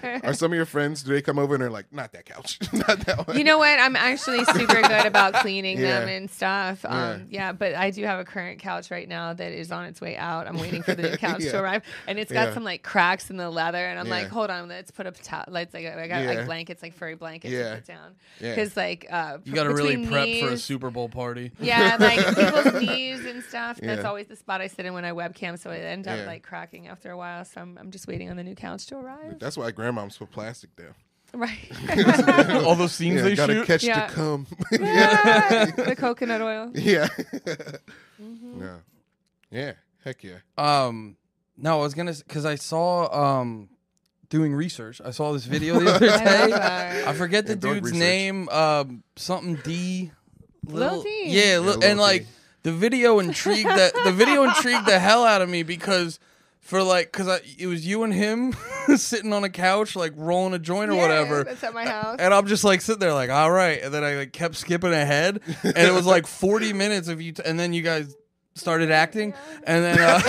S2: yeah. Are some of your friends? Do they come over and they're like, not that couch, not that one?
S3: You know what? I'm actually super good about cleaning them
S2: Yeah.
S3: and stuff. Um,
S2: Yeah.
S3: yeah. but I do have a current couch right now that is on its way out. I'm waiting for the new couch
S2: Yeah.
S3: to arrive, and it's got
S2: Yeah.
S3: some like cracks in the leather. And I'm like,
S2: Yeah.
S3: hold on, let's put up towel. Let's like I got
S2: Yeah.
S3: like blankets, like furry blankets,
S2: Yeah.
S3: to put down
S2: Yeah.
S3: because like uh,
S1: You
S3: pr-
S1: gotta really
S3: between
S1: prep for a
S3: knees-
S1: Super Bowl party.
S3: Yeah, like people's knees and stuff. That's
S2: Yeah.
S3: always the spot I sit in when I webcam, so I end up
S2: Yeah.
S3: like cracking after a while. So I'm, I'm just waiting on the new couch to arrive.
S2: That's why grandmoms put plastic down.
S3: right.
S1: All those scenes
S2: Yeah,
S1: they
S2: gotta
S1: shoot.
S2: catch
S3: Yeah.
S2: the cum.
S3: Ah, the coconut oil.
S2: yeah.
S3: Mm-hmm.
S2: No. Yeah. Heck yeah.
S1: Um, no, I was gonna because I saw um doing research. I saw this video the other day.
S3: that.
S1: I forget the
S2: Yeah, doing
S1: dude's
S2: research.
S1: name. Um, something D.
S3: Lil D.
S1: Yeah, li-
S2: Yeah, Lil
S1: and like
S2: D.
S1: the video intrigued the the video intrigued the hell out of me because for like because I it was you and him sitting on a couch like rolling a joint or
S3: Yeah,
S1: whatever. Uh,
S3: That's at my house.
S1: And I'm just like sitting there, like, all right. And then I like kept skipping ahead, and it was like 40 minutes of you. T- and then you guys started acting, and then. Uh,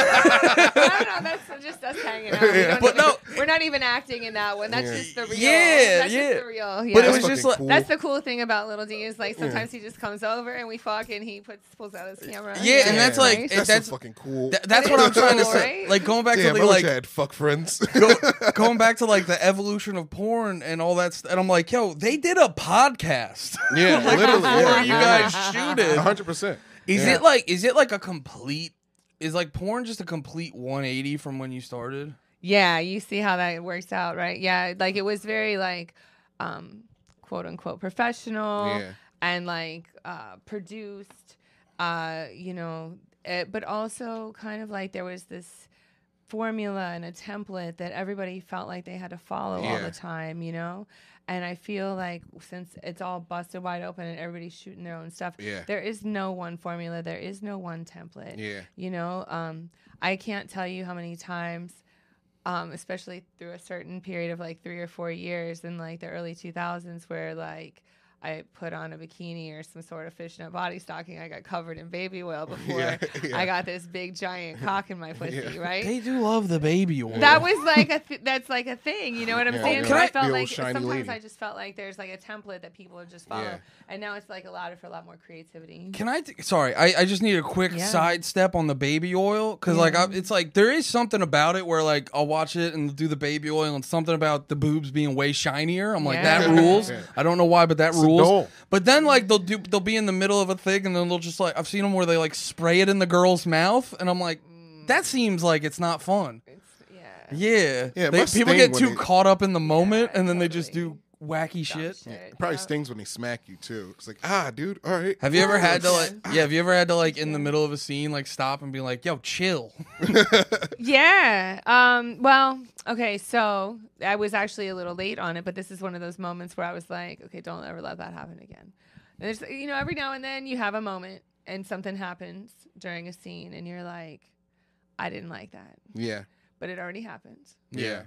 S3: I don't know. That's just us hanging out. We
S2: Yeah.
S3: don't
S1: But
S3: even-
S1: no-
S3: we're not even acting in that one. That's
S2: Yeah.
S3: just the real.
S1: Yeah,
S3: that's
S1: yeah.
S3: Just the real. Yeah.
S1: But it
S2: That's
S1: was just
S2: fucking
S1: like-
S2: cool.
S3: That's the cool thing about Little D is like sometimes he just comes over and we fuck and he puts pulls out his camera.
S1: Yeah, and that's like-
S3: Right?
S1: it-
S2: that's,
S1: that's-
S2: so fucking cool.
S1: Th- that's what I'm trying to
S3: cool,
S1: say.
S3: right?
S1: Like going back
S2: Damn,
S1: to the
S2: I wish I
S1: like
S2: had fuck friends.
S1: go, going back to like the evolution of porn and all that, st- and I'm like, yo, they did a podcast.
S2: yeah,
S1: like uh-huh,
S2: literally.
S1: before
S2: yeah,
S1: you
S2: yeah,
S1: guys
S2: yeah.
S1: shooted.
S2: 100%.
S1: Is
S2: Yeah.
S1: it like is it like a complete? Is like porn just a complete 180 from when you started?
S3: Yeah, you see how that works out, right? Yeah, like it was very like, um, quote unquote professional.
S2: Yeah.
S3: and like uh, produced, uh, you know, eh, but also kind of like there was this formula and a template that everybody felt like they had to follow all
S2: Yeah.
S3: the time, you know? And I feel like since it's all busted wide open and everybody's shooting their own stuff,
S2: Yeah.
S3: there is no one formula, there is no one template.
S2: Yeah.
S3: You know, um, I can't tell you how many times, um, especially through a certain period of like three or four years in like the early 2000s, where like I put on a bikini or some sort of fishnet body stocking, I got covered in baby oil before
S2: Yeah, yeah.
S3: I got this big giant cock in my pussy,
S2: Yeah.
S3: right?
S1: They do love the baby oil.
S3: that was like a th- that's like a thing, you know what I'm
S2: Yeah,
S3: saying?
S1: yeah.
S3: So
S1: Can
S3: I
S1: I-
S3: felt
S2: The old
S3: like
S2: shiny
S3: sometimes
S2: lady.
S3: I just felt like there's like a template that people would just follow,
S2: Yeah.
S3: and now it's like allowed for a lot more creativity.
S1: Can I? T- Sorry, I, I just need a quick
S3: Yeah.
S1: sidestep on the baby oil because like I, it's like there is something about it where like I'll watch it and do the baby oil and something about the boobs being way shinier. I'm like that
S3: Yeah.
S1: rules.
S2: Yeah.
S1: I don't know why, but that
S4: It's a
S1: rules.
S4: doll.
S1: But then like they'll do they'll be in the middle of a thing and then they'll just like I've seen them where they like spray it in the girl's mouth and I'm like that seems like it's not fun.
S3: It's, yeah.
S1: Yeah,
S2: Yeah, it
S1: They-
S2: must
S1: people
S2: sting
S1: get
S2: when
S1: too
S2: they-
S1: caught up in the moment and then they just
S3: totally.
S1: do wacky
S3: Dumb
S1: shit.
S2: It probably
S3: Yep.
S2: stings when they smack you too. It's like, ah, dude, all right.
S1: Have you ever had to
S3: Yeah.
S1: like yeah, have you ever had to like in the middle of a scene like stop and be like, "Yo, chill."
S3: Yeah. Um, well, okay, so I was actually a little late on it, but this is one of those moments where I was like, okay, don't ever let that happen again. And there's, you know, every now and then you have a moment and something happens during a scene and you're like, I didn't like that,
S2: Yeah,
S3: but it already happened.
S2: yeah,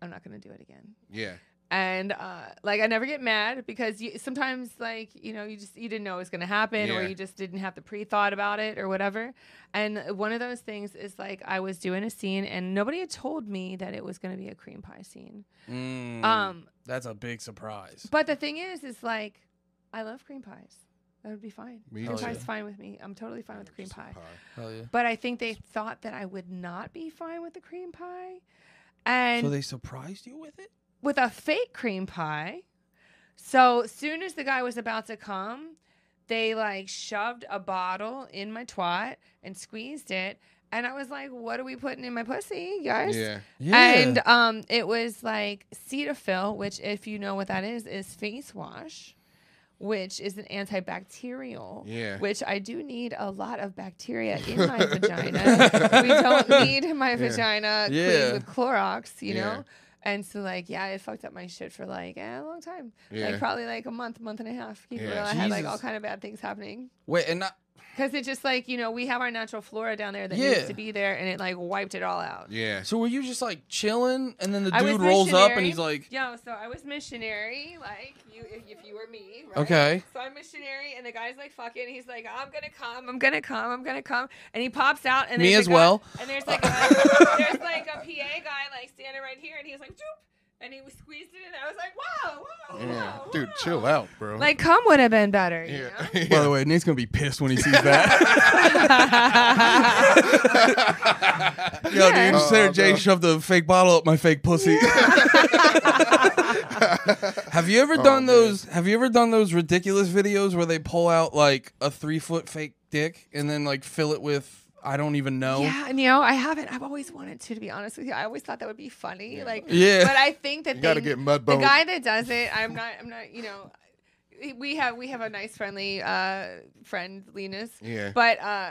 S3: I'm not going to do it again.
S2: yeah,
S3: And uh, like I never get mad because you, sometimes like you know you just you didn't know it was gonna happen or
S2: Yeah.
S3: you just didn't have the pre thought about it or whatever. And one of those things is like I was doing a scene and nobody had told me that it was gonna be a cream pie scene.
S1: Mm,
S3: Um,
S1: that's a big surprise.
S3: but the thing is, is like I love cream pies. That would be fine.
S2: Me
S3: cream
S1: too.
S3: pie's fine with me. I'm totally fine with cream
S2: Just a
S3: pie.
S1: Hell yeah.
S3: But I think they thought that I would not be fine with the cream pie. And
S1: so they surprised you with it?
S3: with a fake cream pie. So soon as the guy was about to come, they like shoved a bottle in my twat and squeezed it. And I was like, what are we putting in my pussy, you guys?
S2: Yeah,
S3: And um, it was like Cetaphil, which if you know what that is, is face wash, which is an antibacterial.
S2: Yeah.
S3: Which I do need a lot of bacteria in my vagina. We don't need my vagina
S1: Yeah.
S3: cleaned with Clorox, you
S2: Yeah.
S3: know. And so, like, yeah, it fucked up my shit for like eh, a long time,
S2: Yeah.
S3: like probably like a month, month and a half. You
S2: Yeah.
S3: real, I had like
S1: Jesus.
S3: all kind of bad things happening
S1: Wait, and not,
S3: because it just like you know we have our natural flora down there that
S1: Yeah.
S3: needs to be there, and it like wiped it all out.
S2: yeah.
S1: so were you just like chilling and then the
S3: I was
S1: dude rolls up and
S3: missionary.
S1: he's like,
S3: Yo, so I was missionary, like you, if, if you were me, right?
S1: Okay.
S3: So I'm missionary, and the guy's like, "Fucking," he's like, "I'm gonna come, I'm gonna come, I'm gonna come," and he pops out, and
S1: Me
S3: there's
S1: as
S3: a guy-
S1: well.
S3: And there's like, a, there's like a PA guy like standing right here, and he's like, "Doop," and he was squeezed it, and I was like, "Wow, wow,
S2: Yeah.
S3: wow,
S2: Dude,
S3: wow."
S2: chill out, bro.
S3: Like, come would have been better. you
S2: yeah.
S3: know?
S1: By the way, Nate's gonna be pissed when he sees that. Yo,
S3: Yeah.
S1: dude, Sarah
S2: Oh,
S1: J
S2: no.
S1: shoved a fake bottle up my fake pussy. have you ever done
S2: man.
S1: those? Have you ever done those ridiculous videos where they pull out like a three foot fake dick and then like fill it with I don't even know?
S3: Yeah, and you know, I haven't. I've always wanted to, to be honest with you. I always thought that would be funny. Like,
S1: Yeah.
S3: But I think that
S2: You
S3: they,
S2: gotta get mud
S3: the
S2: boned.
S3: guy that does it. I'm not. I'm not. You know, we have we have a nice friendly uh, friend, Linus.
S2: Yeah.
S3: But uh,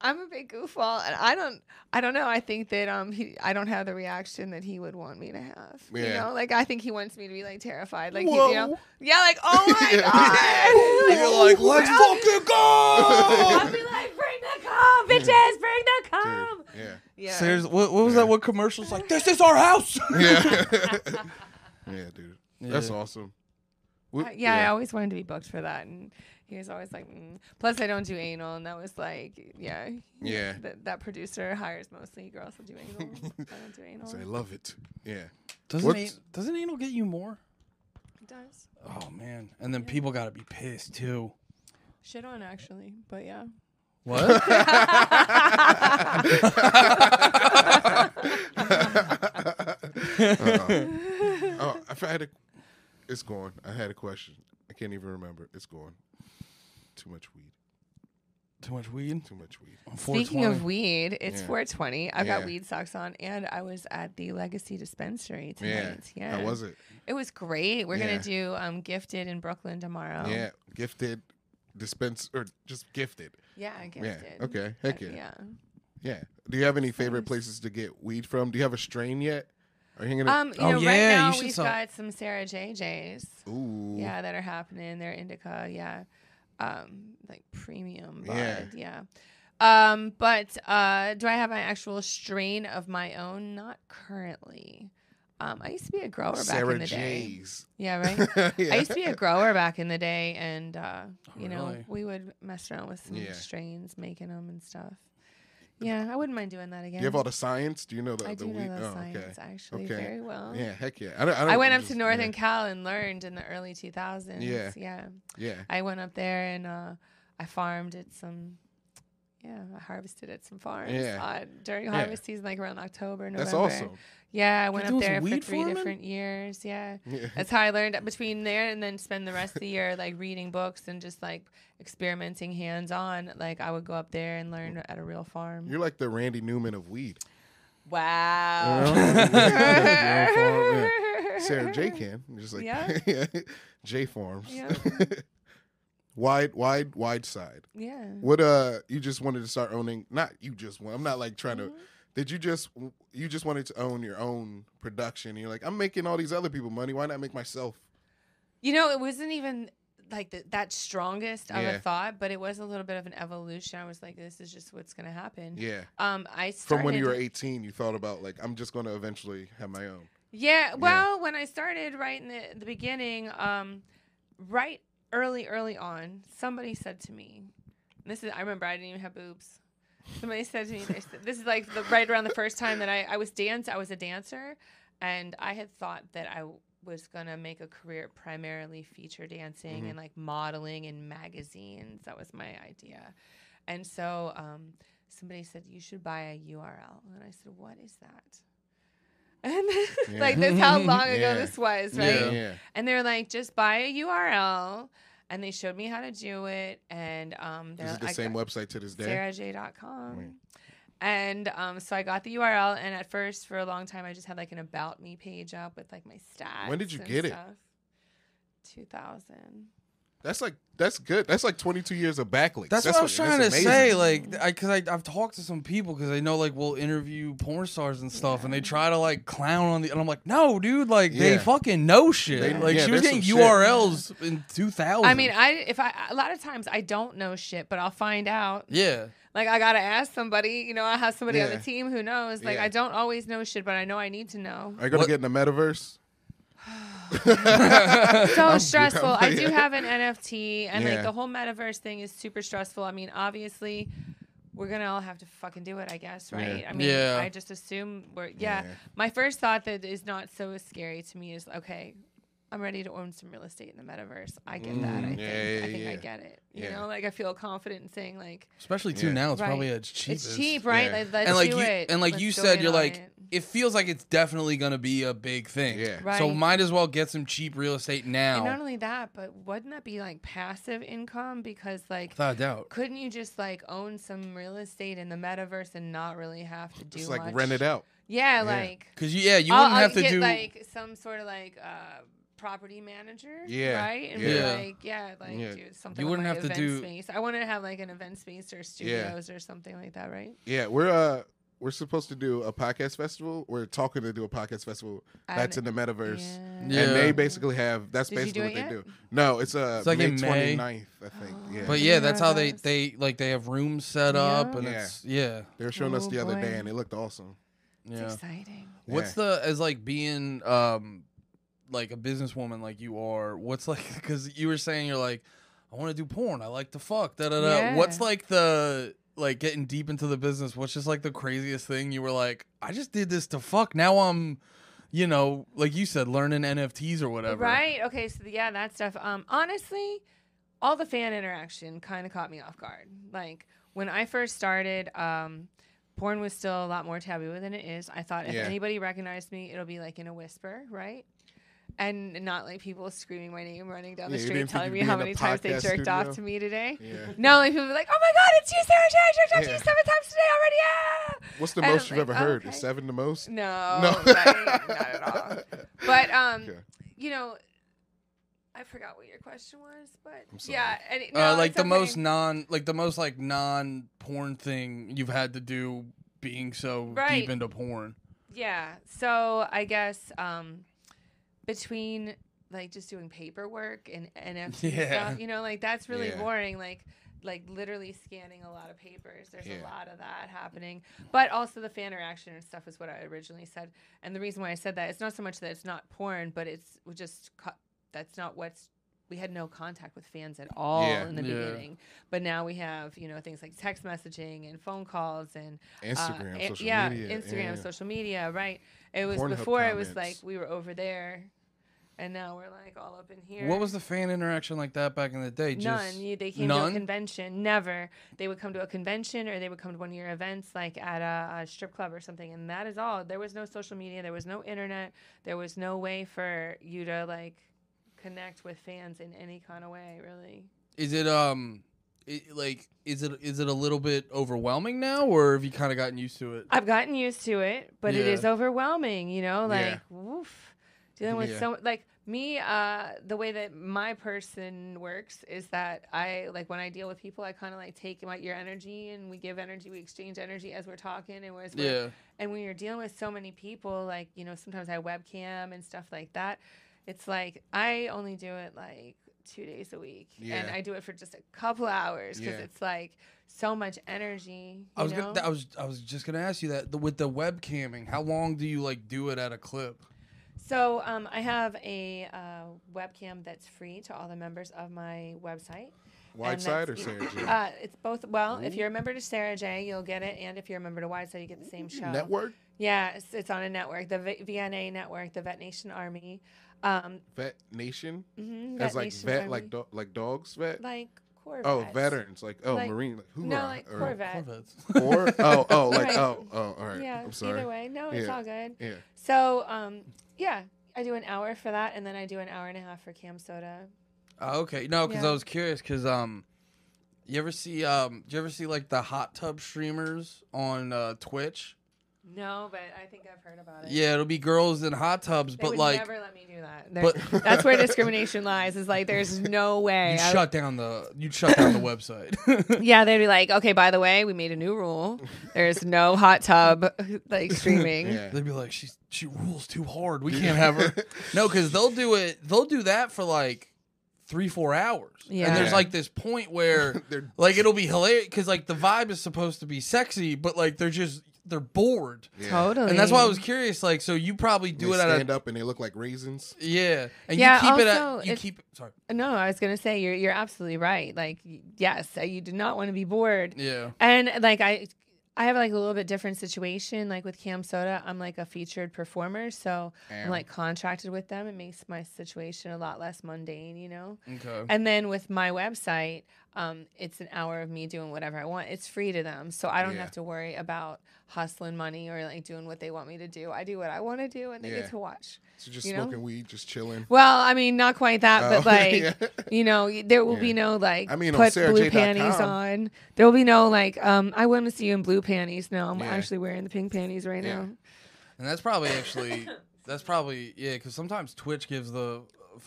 S3: I'm a big goofball, and I don't. I don't know. I think that um, he, I don't have the reaction that he would want me to have. You
S2: Yeah.
S3: know, like I think he wants me to be like terrified. Like
S2: Whoa.
S3: He, you know, yeah, like oh my
S2: Yeah.
S3: god.
S1: And you're like, let's
S3: Well,
S1: fucking go!
S3: I'll be like, bring the cum, bitches, bring the cum.
S2: Dude, yeah.
S3: Yeah.
S1: Sarah's, what, what was that? What commercial's like? This is our house.
S2: Yeah. yeah, dude. That's
S1: Yeah.
S2: awesome. We-
S3: Uh, yeah, I always wanted to be booked for that, and he was always like, mm. "Plus, I don't do anal," and that was like, yeah,
S2: Yeah.
S3: That, that producer hires mostly girls that do anal. I don't do anal.
S2: So I love it. Yeah.
S1: Doesn't,
S2: What's-
S1: an- doesn't anal get you more?
S3: It does
S1: Oh, man. And then people got to be pissed, too.
S3: shit on actually, but yeah.
S1: What?
S2: Oh, I had a. It's gone. I had a question. I can't even remember. It's gone. Too much weed.
S1: Too much weed.
S2: Too much weed.
S3: Speaking of weed, it's
S2: Yeah.
S3: 420. I've
S2: Yeah.
S3: got weed socks on, and I was at the Legacy Dispensary
S2: Yeah.
S3: tonight. Yeah,
S2: How was it?
S3: It was great. We're
S2: Yeah.
S3: gonna do um, gifted in Brooklyn tomorrow.
S2: Yeah. Gifted, dispense, or just gifted.
S3: yeah, gifted. Uh,
S2: Yeah. Okay. Heck yeah. yeah.
S3: Yeah.
S2: Do you have any favorite places to get weed from? Do you have a strain yet? Are you gonna?
S3: Um, you
S1: Oh,
S3: know, right
S1: yeah, you
S3: now
S1: should
S3: we've
S1: sell-
S3: got some Sarah JJ's.
S2: Ooh.
S3: Um, Yeah, that are happening. They're indica. Yeah, um, like premium. Bud,
S2: Yeah.
S3: yeah. Um, but uh, do I have an actual strain of my own? Not currently. Um, I used to be a grower back
S2: Sarah
S3: in the day.
S2: J's.
S3: Yeah, right.
S2: Yeah.
S3: I used to be a grower back in the day, and uh,
S1: Oh,
S3: you know
S1: really?
S3: we would mess around with some
S2: Yeah.
S3: strains, making them and stuff. Yeah, I wouldn't mind doing that again.
S2: You have all the science. Do you know the
S3: I
S2: the
S3: do know
S2: weed?
S3: the
S2: oh,
S3: science
S2: okay.
S3: actually
S2: Okay.
S3: very well.
S2: Yeah. Heck yeah. I, don't, I, don't,
S3: Oh. I went
S2: Oh, I'm
S3: up to
S2: just-
S3: Northern
S2: yeah.
S3: Cal and learned in the early 2000s.
S2: Yeah.
S3: yeah.
S2: Yeah.
S3: I went up there and uh, I farmed at some. Yeah, I harvested at some farms
S2: Yeah.
S3: uh, during
S2: Yeah.
S3: harvest season, like around October, November.
S2: That's awesome.
S3: Yeah, I went
S1: doing
S3: up
S1: some
S3: there for
S1: weed
S3: three
S1: farming?
S3: different years. Yeah.
S2: Yeah.
S3: That's how I learned between there and then spend the rest of the year like reading books and just like experimenting hands on. Like I would go up there and learn at a real farm.
S2: You're like the Randy Newman of weed.
S3: Wow.
S2: Yeah. Sarah J can just like
S3: Yeah.
S2: J forms.
S3: Yeah.
S2: wide, wide, wide side.
S3: Yeah.
S2: What uh, you just wanted to start owning? Not you just want. I'm not like
S3: Mm-hmm.
S2: trying to. Did you just you just wanted to own your own production? You're like I'm making all these other people money. Why not make myself?
S3: You know, it wasn't even like the, that strongest of
S2: Yeah.
S3: a thought, but it was a little bit of an evolution. I was like, this is just what's going to happen.
S2: Yeah.
S3: Um, I started,
S2: From when you were 18, you thought about like I'm just going to eventually have my own.
S3: Yeah. Well, when I started right in the, the beginning, um, right early, early on, somebody said to me, "This is." I remember I didn't even have boobs. Somebody said to me, they said- "This is like the, right around the first time that I I was dance. I was a dancer, and I had thought that I." was gonna make a career primarily feature dancing
S2: Mm-hmm.
S3: and like modeling in magazines. That was my idea. And so um, somebody said, You should buy a URL. And I said, What is that? And
S2: Yeah.
S3: like, that's how long ago
S2: Yeah.
S3: this was, right?
S1: Yeah.
S2: Yeah.
S3: And they're like, Just buy a URL. And they showed me how to do it. And um, they're
S2: Is it the
S3: I
S2: same
S3: got-
S2: website to this day?
S3: sarahj.com.
S2: Right.
S3: And um, so I got the URL, and at first, for a long time, I just had like an about me page up with like my stats.
S2: When did you
S3: and
S2: get it?
S3: stuff. 2000.
S2: That's like that's good. That's like 22 years of backlinks.
S1: That's, what I was trying to
S2: that's
S1: say.
S2: amazing.
S1: Like, I because I, I've talked to some people because I know like we'll interview porn stars and stuff, and they try to like clown on the. And I'm like, no, dude, like
S2: Yeah.
S1: they fucking know shit.
S2: They-
S1: like
S2: yeah,
S1: she was
S2: there's
S1: getting
S2: some shit.
S1: URLs in
S2: Oh,
S1: 2000.
S3: I mean, I if I a lot of times I don't know shit, but I'll find out.
S1: yeah,
S3: Like I gotta ask somebody. You know, I have somebody on the
S2: Yeah.
S3: team who knows. Like
S2: Yeah.
S3: I don't always know shit, but I know I need to know.
S2: Are you gonna
S1: What-
S2: get in the metaverse?
S3: So stressful. I do
S2: Oh, yeah.
S3: have an NFT, and
S2: Yeah.
S3: like the whole metaverse thing is super stressful. I mean, obviously. We're gonna all have to fucking do it, I guess, right? I mean,
S1: Yeah.
S3: I just assume we're. Yeah.
S2: Yeah.
S3: My first thought that is not so scary to me is okay. I'm ready to own some real estate in the metaverse. I get that. I
S2: Mm,
S3: think.
S2: yeah, yeah,
S3: I think
S2: yeah.
S3: I get it. You
S2: Yeah.
S3: know, like I feel confident in saying like
S1: especially too
S2: Yeah.
S1: now. It's
S3: Right.
S1: probably as cheap.
S3: It's
S1: as-
S3: cheap, right?
S2: Yeah.
S3: Like, let's
S1: and like
S3: do
S1: you,
S3: it.
S1: and like
S3: Let's
S1: you
S3: go
S1: said,
S3: in
S1: you're
S3: on
S1: like
S3: it.
S1: it. feels like it's definitely gonna be a big thing.
S2: Yeah.
S1: So
S3: Right.
S1: might as well get some cheap real estate
S3: and
S1: now,
S3: not only that, but wouldn't that be like passive income? Because like,
S1: without a doubt.
S3: couldn't you just like own some real estate in the metaverse and not really have to do
S2: Just like
S3: much?
S2: rent it out.
S3: Yeah, like
S1: Because you, yeah, you
S3: I'll-
S1: wouldn't
S3: I'll
S1: have to
S3: get,
S1: do.
S3: like some sort of like uh, property manager.
S2: Yeah,
S3: right. And
S1: yeah.
S3: be like, yeah, like
S2: Yeah.
S3: do something.
S1: You
S3: with
S1: wouldn't
S3: my
S1: have to
S3: event
S1: do-
S3: Space. I want to have like an event space or studios or something like that, right?
S2: Yeah, we're uh we're supposed to do a podcast festival. We're talking to do a podcast festival that's in
S3: And-
S2: the metaverse.
S1: Yeah.
S2: And they basically have that's
S3: Did you
S2: basically
S3: do
S2: what
S3: it
S2: they
S3: yet? Oh.
S2: do. No, it's uh
S1: It's like
S2: May
S1: in May.
S2: 29th, I think. Yeah.
S1: But
S3: Did
S1: yeah,
S3: you
S1: that's
S3: know
S1: how they
S3: those?
S1: they like they have rooms set up, and
S2: Yeah.
S1: it's yeah,
S2: they were showing us
S3: Oh,
S2: the other
S3: boy.
S2: day and it looked awesome.
S1: yeah.
S3: It's exciting.
S1: What's
S2: Yeah.
S1: the as like being um like a businesswoman like you are? What's like because you were saying you're like I want to do porn. I like to fuck. Da da da.
S3: Yeah.
S1: What's like the like getting deep into the business? What's just like the craziest thing you were like I just did this to fuck. Now I'm you know like you said learning NFTs or whatever.
S3: Right. Okay. So yeah, that stuff. Um, honestly, all the fan interaction kind of caught me off guard. Like when I first started, um, porn was still a lot more taboo than it is. I thought if
S2: Yeah.
S3: anybody recognized me, it'll be like in a whisper, right? and not like people screaming my name, running down the
S2: Yeah, you
S3: street,
S2: didn't think
S3: telling
S2: you'd
S3: me
S2: be
S3: how
S2: in a
S3: many times they
S2: podcast
S3: jerked off
S2: studio?
S3: to me today.
S2: Yeah.
S3: No, like people be like, "Oh my God, it's you, Sarah! Jane. I jerked off to you
S2: Yeah.
S3: seven times today already!" Ah!
S2: What's the
S3: And
S2: most
S3: I'm
S2: you've
S3: like,
S2: ever heard?
S3: "Okay."
S2: Is seven the most?
S3: No,
S2: No.
S3: right? not at all. But um,
S2: Okay.
S3: you know, I forgot what your question was, but
S2: I'm sorry.
S3: yeah, and it-
S1: uh,
S3: no,
S1: like
S3: it's
S1: the
S3: okay.
S1: most non, like the most like non porn thing you've had to do, being so
S3: Right.
S1: deep into porn.
S3: Yeah. So I guess um, between like just doing paperwork and NFT
S1: Yeah.
S3: stuff, you know, like that's really
S2: Yeah.
S3: boring. Like like literally scanning a lot of papers. There's
S2: Yeah.
S3: a lot of that happening. But also the fan interaction and stuff is what I originally said. And the reason why I said that it's not so much that it's not porn, but it's we just co- that's not what's we had no contact with fans at all
S2: Yeah.
S3: in the
S1: Yeah.
S3: beginning. But now we have, you know, things like text messaging and phone calls and
S2: Instagram,
S3: uh,
S2: social
S3: yeah,
S2: media.
S3: Instagram,
S2: yeah.
S3: social media, right? It was
S2: Pornhub
S3: before it was like
S2: comments.
S3: we were over there, and now we're like all up in here.
S1: What was the fan interaction like that back in the day?
S3: None.
S1: Just
S3: You, they came to a
S1: none?
S3: convention. Never. They would come to a convention or they would come to one of your events, like at a, a strip club or something. And that is all. There was no social media. There was no internet. There was no way for you to like connect with fans in any kind of way, really.
S1: Is it um, it, like is it is it a little bit overwhelming now, or have you kind of gotten used to it?
S3: I've gotten used to it, but it
S1: Yeah.
S3: is overwhelming, you know, like
S2: Yeah.
S3: woof. Dealing with
S2: Yeah.
S3: so like me, uh, the way that my person works is that I like when I deal with people, I kind of like take my your energy and we give energy, we exchange energy as we're talking and as we're,
S1: yeah,
S3: and when you're dealing with so many people, like you know, sometimes I webcam and stuff like that. It's like I only do it like two days a week, and
S2: Yeah.
S3: I do it for just a couple hours because
S2: Yeah.
S3: it's like so much energy.
S1: I
S3: you
S1: was gonna,
S3: know?
S1: I was I was just gonna ask you that the, with the webcamming. How long do you like do it at a clip?
S3: So um, I have a uh, webcam that's free to all the members of my website.
S2: Wide
S3: and
S2: side or
S3: that's-
S2: Sarah J?
S3: Uh, it's both. Well,
S2: Mm-hmm.
S3: if you're a member to Sarah J, you'll get it, and if you're a member to Wide Side, you get the same show.
S2: Network?
S3: Yeah, it's, it's on a network, the v- VNA network, the Vet Nation Army. Um,
S2: Vet Nation?
S3: mhm,
S2: As
S3: Vet
S2: like
S3: Nation
S2: vet,
S3: Army.
S2: like, do- like dogs vet?
S3: like Corvette.
S2: oh, veterans. Like, oh,
S3: Like-
S2: Marine. Like, who
S3: no,
S2: are,
S3: like
S2: or-
S3: Corvette.
S1: Corvettes.
S2: Or? Oh, oh, like,
S3: Right.
S2: oh, oh, all right.
S3: Yeah.
S2: I'm sorry.
S3: Either way, no, it's
S2: Yeah.
S3: all good.
S2: Yeah.
S3: So, um, yeah, I do an hour for that, and then I do an hour and a half for Cam Soda.
S1: Oh, okay, no, because
S3: Yeah.
S1: I was curious. Because um, you ever see um, do you ever see like the hot tub streamers on uh, Twitch?
S3: No, but I think I've heard about it.
S1: Yeah, it'll be girls in hot tubs,
S3: They
S1: but
S3: would
S1: like
S3: never let me do that. There-
S1: but-
S3: that's where discrimination lies. Is like there's no way.
S1: you
S3: I-
S1: shut down the you shut down the website.
S3: yeah, they'd be like, okay, by the way, we made a new rule. There's no hot tub like streaming.
S2: Yeah.
S1: They'd be like, she she rules too hard. We can't have her. No, because they'll do it. They'll do that for like three four hours.
S3: Yeah.
S1: And there's
S2: Yeah.
S1: like this point where
S2: They're-
S1: like it'll be hilarious because like the vibe is supposed to be sexy, but like they're just they're bored.
S2: yeah.
S3: Totally.
S1: And that's why I was curious. Like, so you probably
S2: They
S1: do it at
S2: stand
S1: a
S2: up and they look like raisins.
S1: yeah, and
S3: Yeah,
S1: you keep it
S3: also,
S1: at you
S3: it's-
S1: keep sorry
S3: No, I was gonna say you're you're absolutely right. Like y- yes, uh, you do not want to be bored.
S1: yeah
S3: And like I I have like a little bit different situation. Like with Cam Soda, I'm like a featured performer, so I'm
S2: Ow.
S3: like contracted with them. It makes my situation a lot less mundane, you know.
S1: okay
S3: And then with my website, um, it's an hour of me doing whatever I want. It's free to them, so I don't
S2: Yeah.
S3: have to worry about hustling money or like doing what they want me to do. I do what I want to do, and they
S2: Yeah.
S3: get to watch.
S2: So just
S3: You know?
S2: smoking weed, just chilling.
S3: Well, I mean, not quite that,
S2: Oh,
S3: but like,
S2: yeah.
S3: you know, y- there will
S2: Yeah.
S3: be no like
S2: I mean, on
S3: put blue
S2: sarahj.com.
S3: panties on. There will be no like, um, I want to see you in blue panties. No, I'm
S2: Yeah.
S3: actually wearing the pink panties right
S2: Yeah.
S3: now.
S1: And that's probably actually that's probably yeah, because sometimes Twitch gives the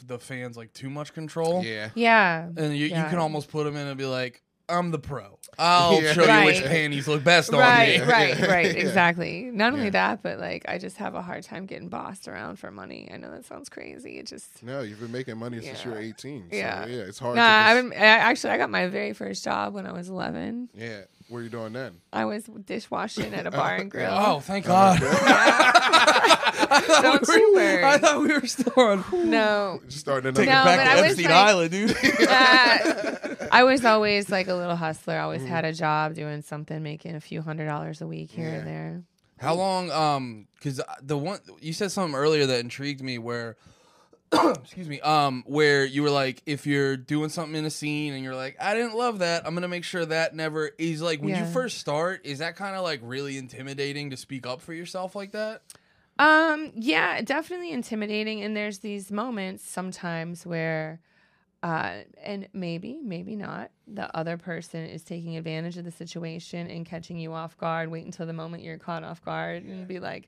S1: the fans like too much control.
S2: Oh, Yeah.
S3: Yeah.
S1: and you,
S3: Yeah.
S1: you can almost put them in and be like, "I'm the pro. I'll
S2: Yeah.
S1: show you which
S3: Right.
S1: panties look best
S3: Right,
S1: on me."
S3: right, right.
S2: Yeah.
S3: Exactly. Not only
S2: Yeah.
S3: that, but like I just have a hard time getting bossed around for money. I know that sounds crazy. It just
S2: No, you've been making money since you were
S3: Yeah.
S2: 18. So,
S3: Yeah.
S2: yeah. It's hard.
S3: Nah,
S2: to just,
S3: I haven't. I- Actually, I got my very first job when I was 11.
S2: Yeah. What are you doing then?
S3: I was dishwashing at a bar and grill.
S1: Oh, thank God! I, thought
S3: Don't
S1: we
S3: you
S1: were,
S3: worry.
S1: I thought we were still on
S3: No,
S2: Just starting
S1: taking
S3: No,
S1: it
S3: but
S1: back
S3: I
S1: to
S3: was
S1: Epstein
S3: like-
S1: Island, dude.
S3: Uh, I was always like a little hustler. I always
S2: Mm.
S3: had a job doing something, making a few hundred dollars a week here and
S2: Yeah.
S3: there.
S1: How long? Um, because the one you said something earlier that intrigued me, where excuse me, um, where you were like, if you're doing something in a scene and you're like, I didn't love that, I'm gonna make sure that never is like when
S3: Yeah.
S1: you first start. Is that kind of like really intimidating to speak up for yourself like that?
S3: Um, yeah, definitely intimidating. And there's these moments sometimes where, uh, and maybe, maybe not, the other person is taking advantage of the situation and catching you off guard. Wait until the moment you're caught off guard and be like,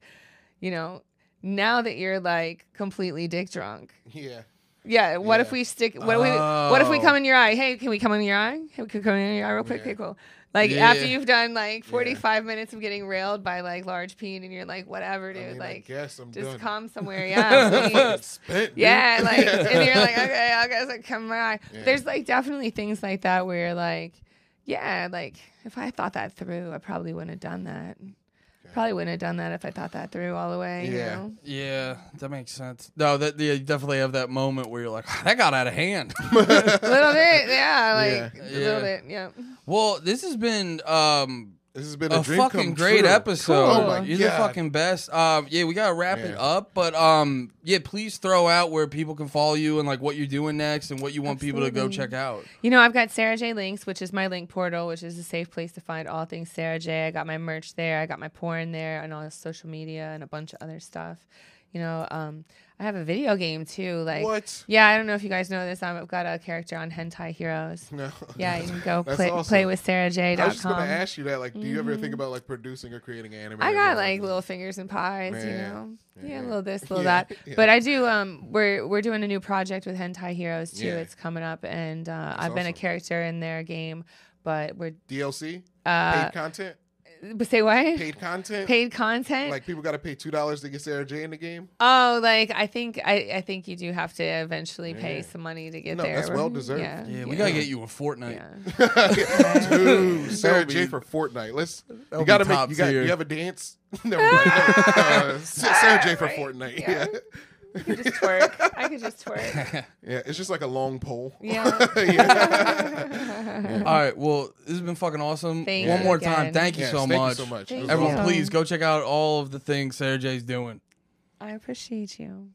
S3: you know, now that you're like completely dick drunk.
S2: Yeah.
S3: Yeah. What if
S2: Yeah.
S3: we stick? What if we? What if we
S1: Oh.
S3: come in your eye? Hey, can we come in your eye? Hey, can we come in your eye real quick?
S2: Yeah.
S3: Okay, cool. Like
S1: Yeah.
S3: after you've done like 45 minutes of getting railed by like large peen, and you're like, whatever, dude.
S2: I mean, I
S3: like,
S2: guess I'm
S3: just
S2: done.
S3: calm somewhere. Yeah. please.
S2: Spent, dude.
S3: Yeah, like, and you're like, okay, I guess I come my eye.
S2: Yeah.
S3: There's like definitely things like that where you're like, yeah, like if I thought that through, I probably wouldn't have done that. Probably wouldn't have done that if I thought that through all the way. You
S2: Yeah.
S3: know?
S1: Yeah, that makes sense. No, that yeah, you definitely have that moment where you're like, that got out of hand.
S3: a little bit, yeah, like a
S1: Yeah.
S3: little bit, yeah.
S1: well, this has been um
S2: This has been a,
S1: a
S2: dream
S1: fucking
S2: come
S1: great
S2: true.
S1: episode.
S2: Oh my
S1: You're
S2: God.
S1: the fucking best. Um, yeah, we gotta wrap it
S2: Yeah.
S1: up, but um, yeah, please throw out where people can follow you and like what you're doing next and what you want people to go
S3: Absolutely.
S1: check out.
S3: You know, I've got Sarah J Links, which is my link portal, which is a safe place to find all things Sarah J. I got my merch there, I got my porn there, and all the social media and a bunch of other stuff. You know, um, I have a video game too. Like,
S2: What?
S3: yeah, I don't know if you guys know this. um, I've got a character on Hentai Heroes.
S2: No.
S3: Yeah, you can go
S2: That's
S3: play,
S2: awesome.
S3: play with sarahj.com.
S2: I was just gonna ask you that. Like, do you ever think about like producing or creating anime?
S3: Mm. I
S2: or
S3: got
S2: drawing?
S3: like little fingers and pies, you
S2: Yeah.
S3: know. Yeah,
S2: Yeah.
S3: a little this, a little
S2: Yeah.
S3: that.
S2: Yeah.
S3: But I do. Um, we're we're doing a new project with Hentai Heroes too.
S2: Yeah.
S3: It's coming up, and uh, I've been a
S2: awesome.
S3: character in their game. But we're
S2: DLC,
S3: uh,
S2: paid content,
S3: but say what? Paid,
S2: paid content.
S3: content.
S2: Like people gotta pay two dollars to get Sarah J in the game.
S3: oh, like I think I, I think you do have to eventually pay
S2: Yeah.
S3: some money to get
S2: No,
S3: there.
S2: that's well deserved.
S3: Yeah,
S1: Yeah, we gotta get you a Fortnite.
S3: Yeah.
S2: Dude, Sarah
S1: That'll
S2: J
S1: be-
S2: for Fortnite. Let's. You
S1: be
S2: gotta make.
S1: top
S2: You got.
S1: tier.
S2: You have a dance. Never mind. Uh, Sarah J for
S3: Right.
S2: Fortnite.
S3: Yeah.
S2: Yeah.
S3: I could just twerk. I could just twerk.
S2: Yeah. It's just like a long pole.
S3: Yeah.
S2: yeah.
S1: All right, well, this has been fucking awesome.
S3: Thank
S1: One
S3: you
S1: more
S3: again.
S1: time, thank you
S2: Yes,
S1: so
S2: thank
S1: much.
S2: You so much.
S3: Thank
S2: It was
S1: Everyone,
S3: Yeah.
S1: please go check out all of the things Sarah J's doing.
S3: I appreciate you.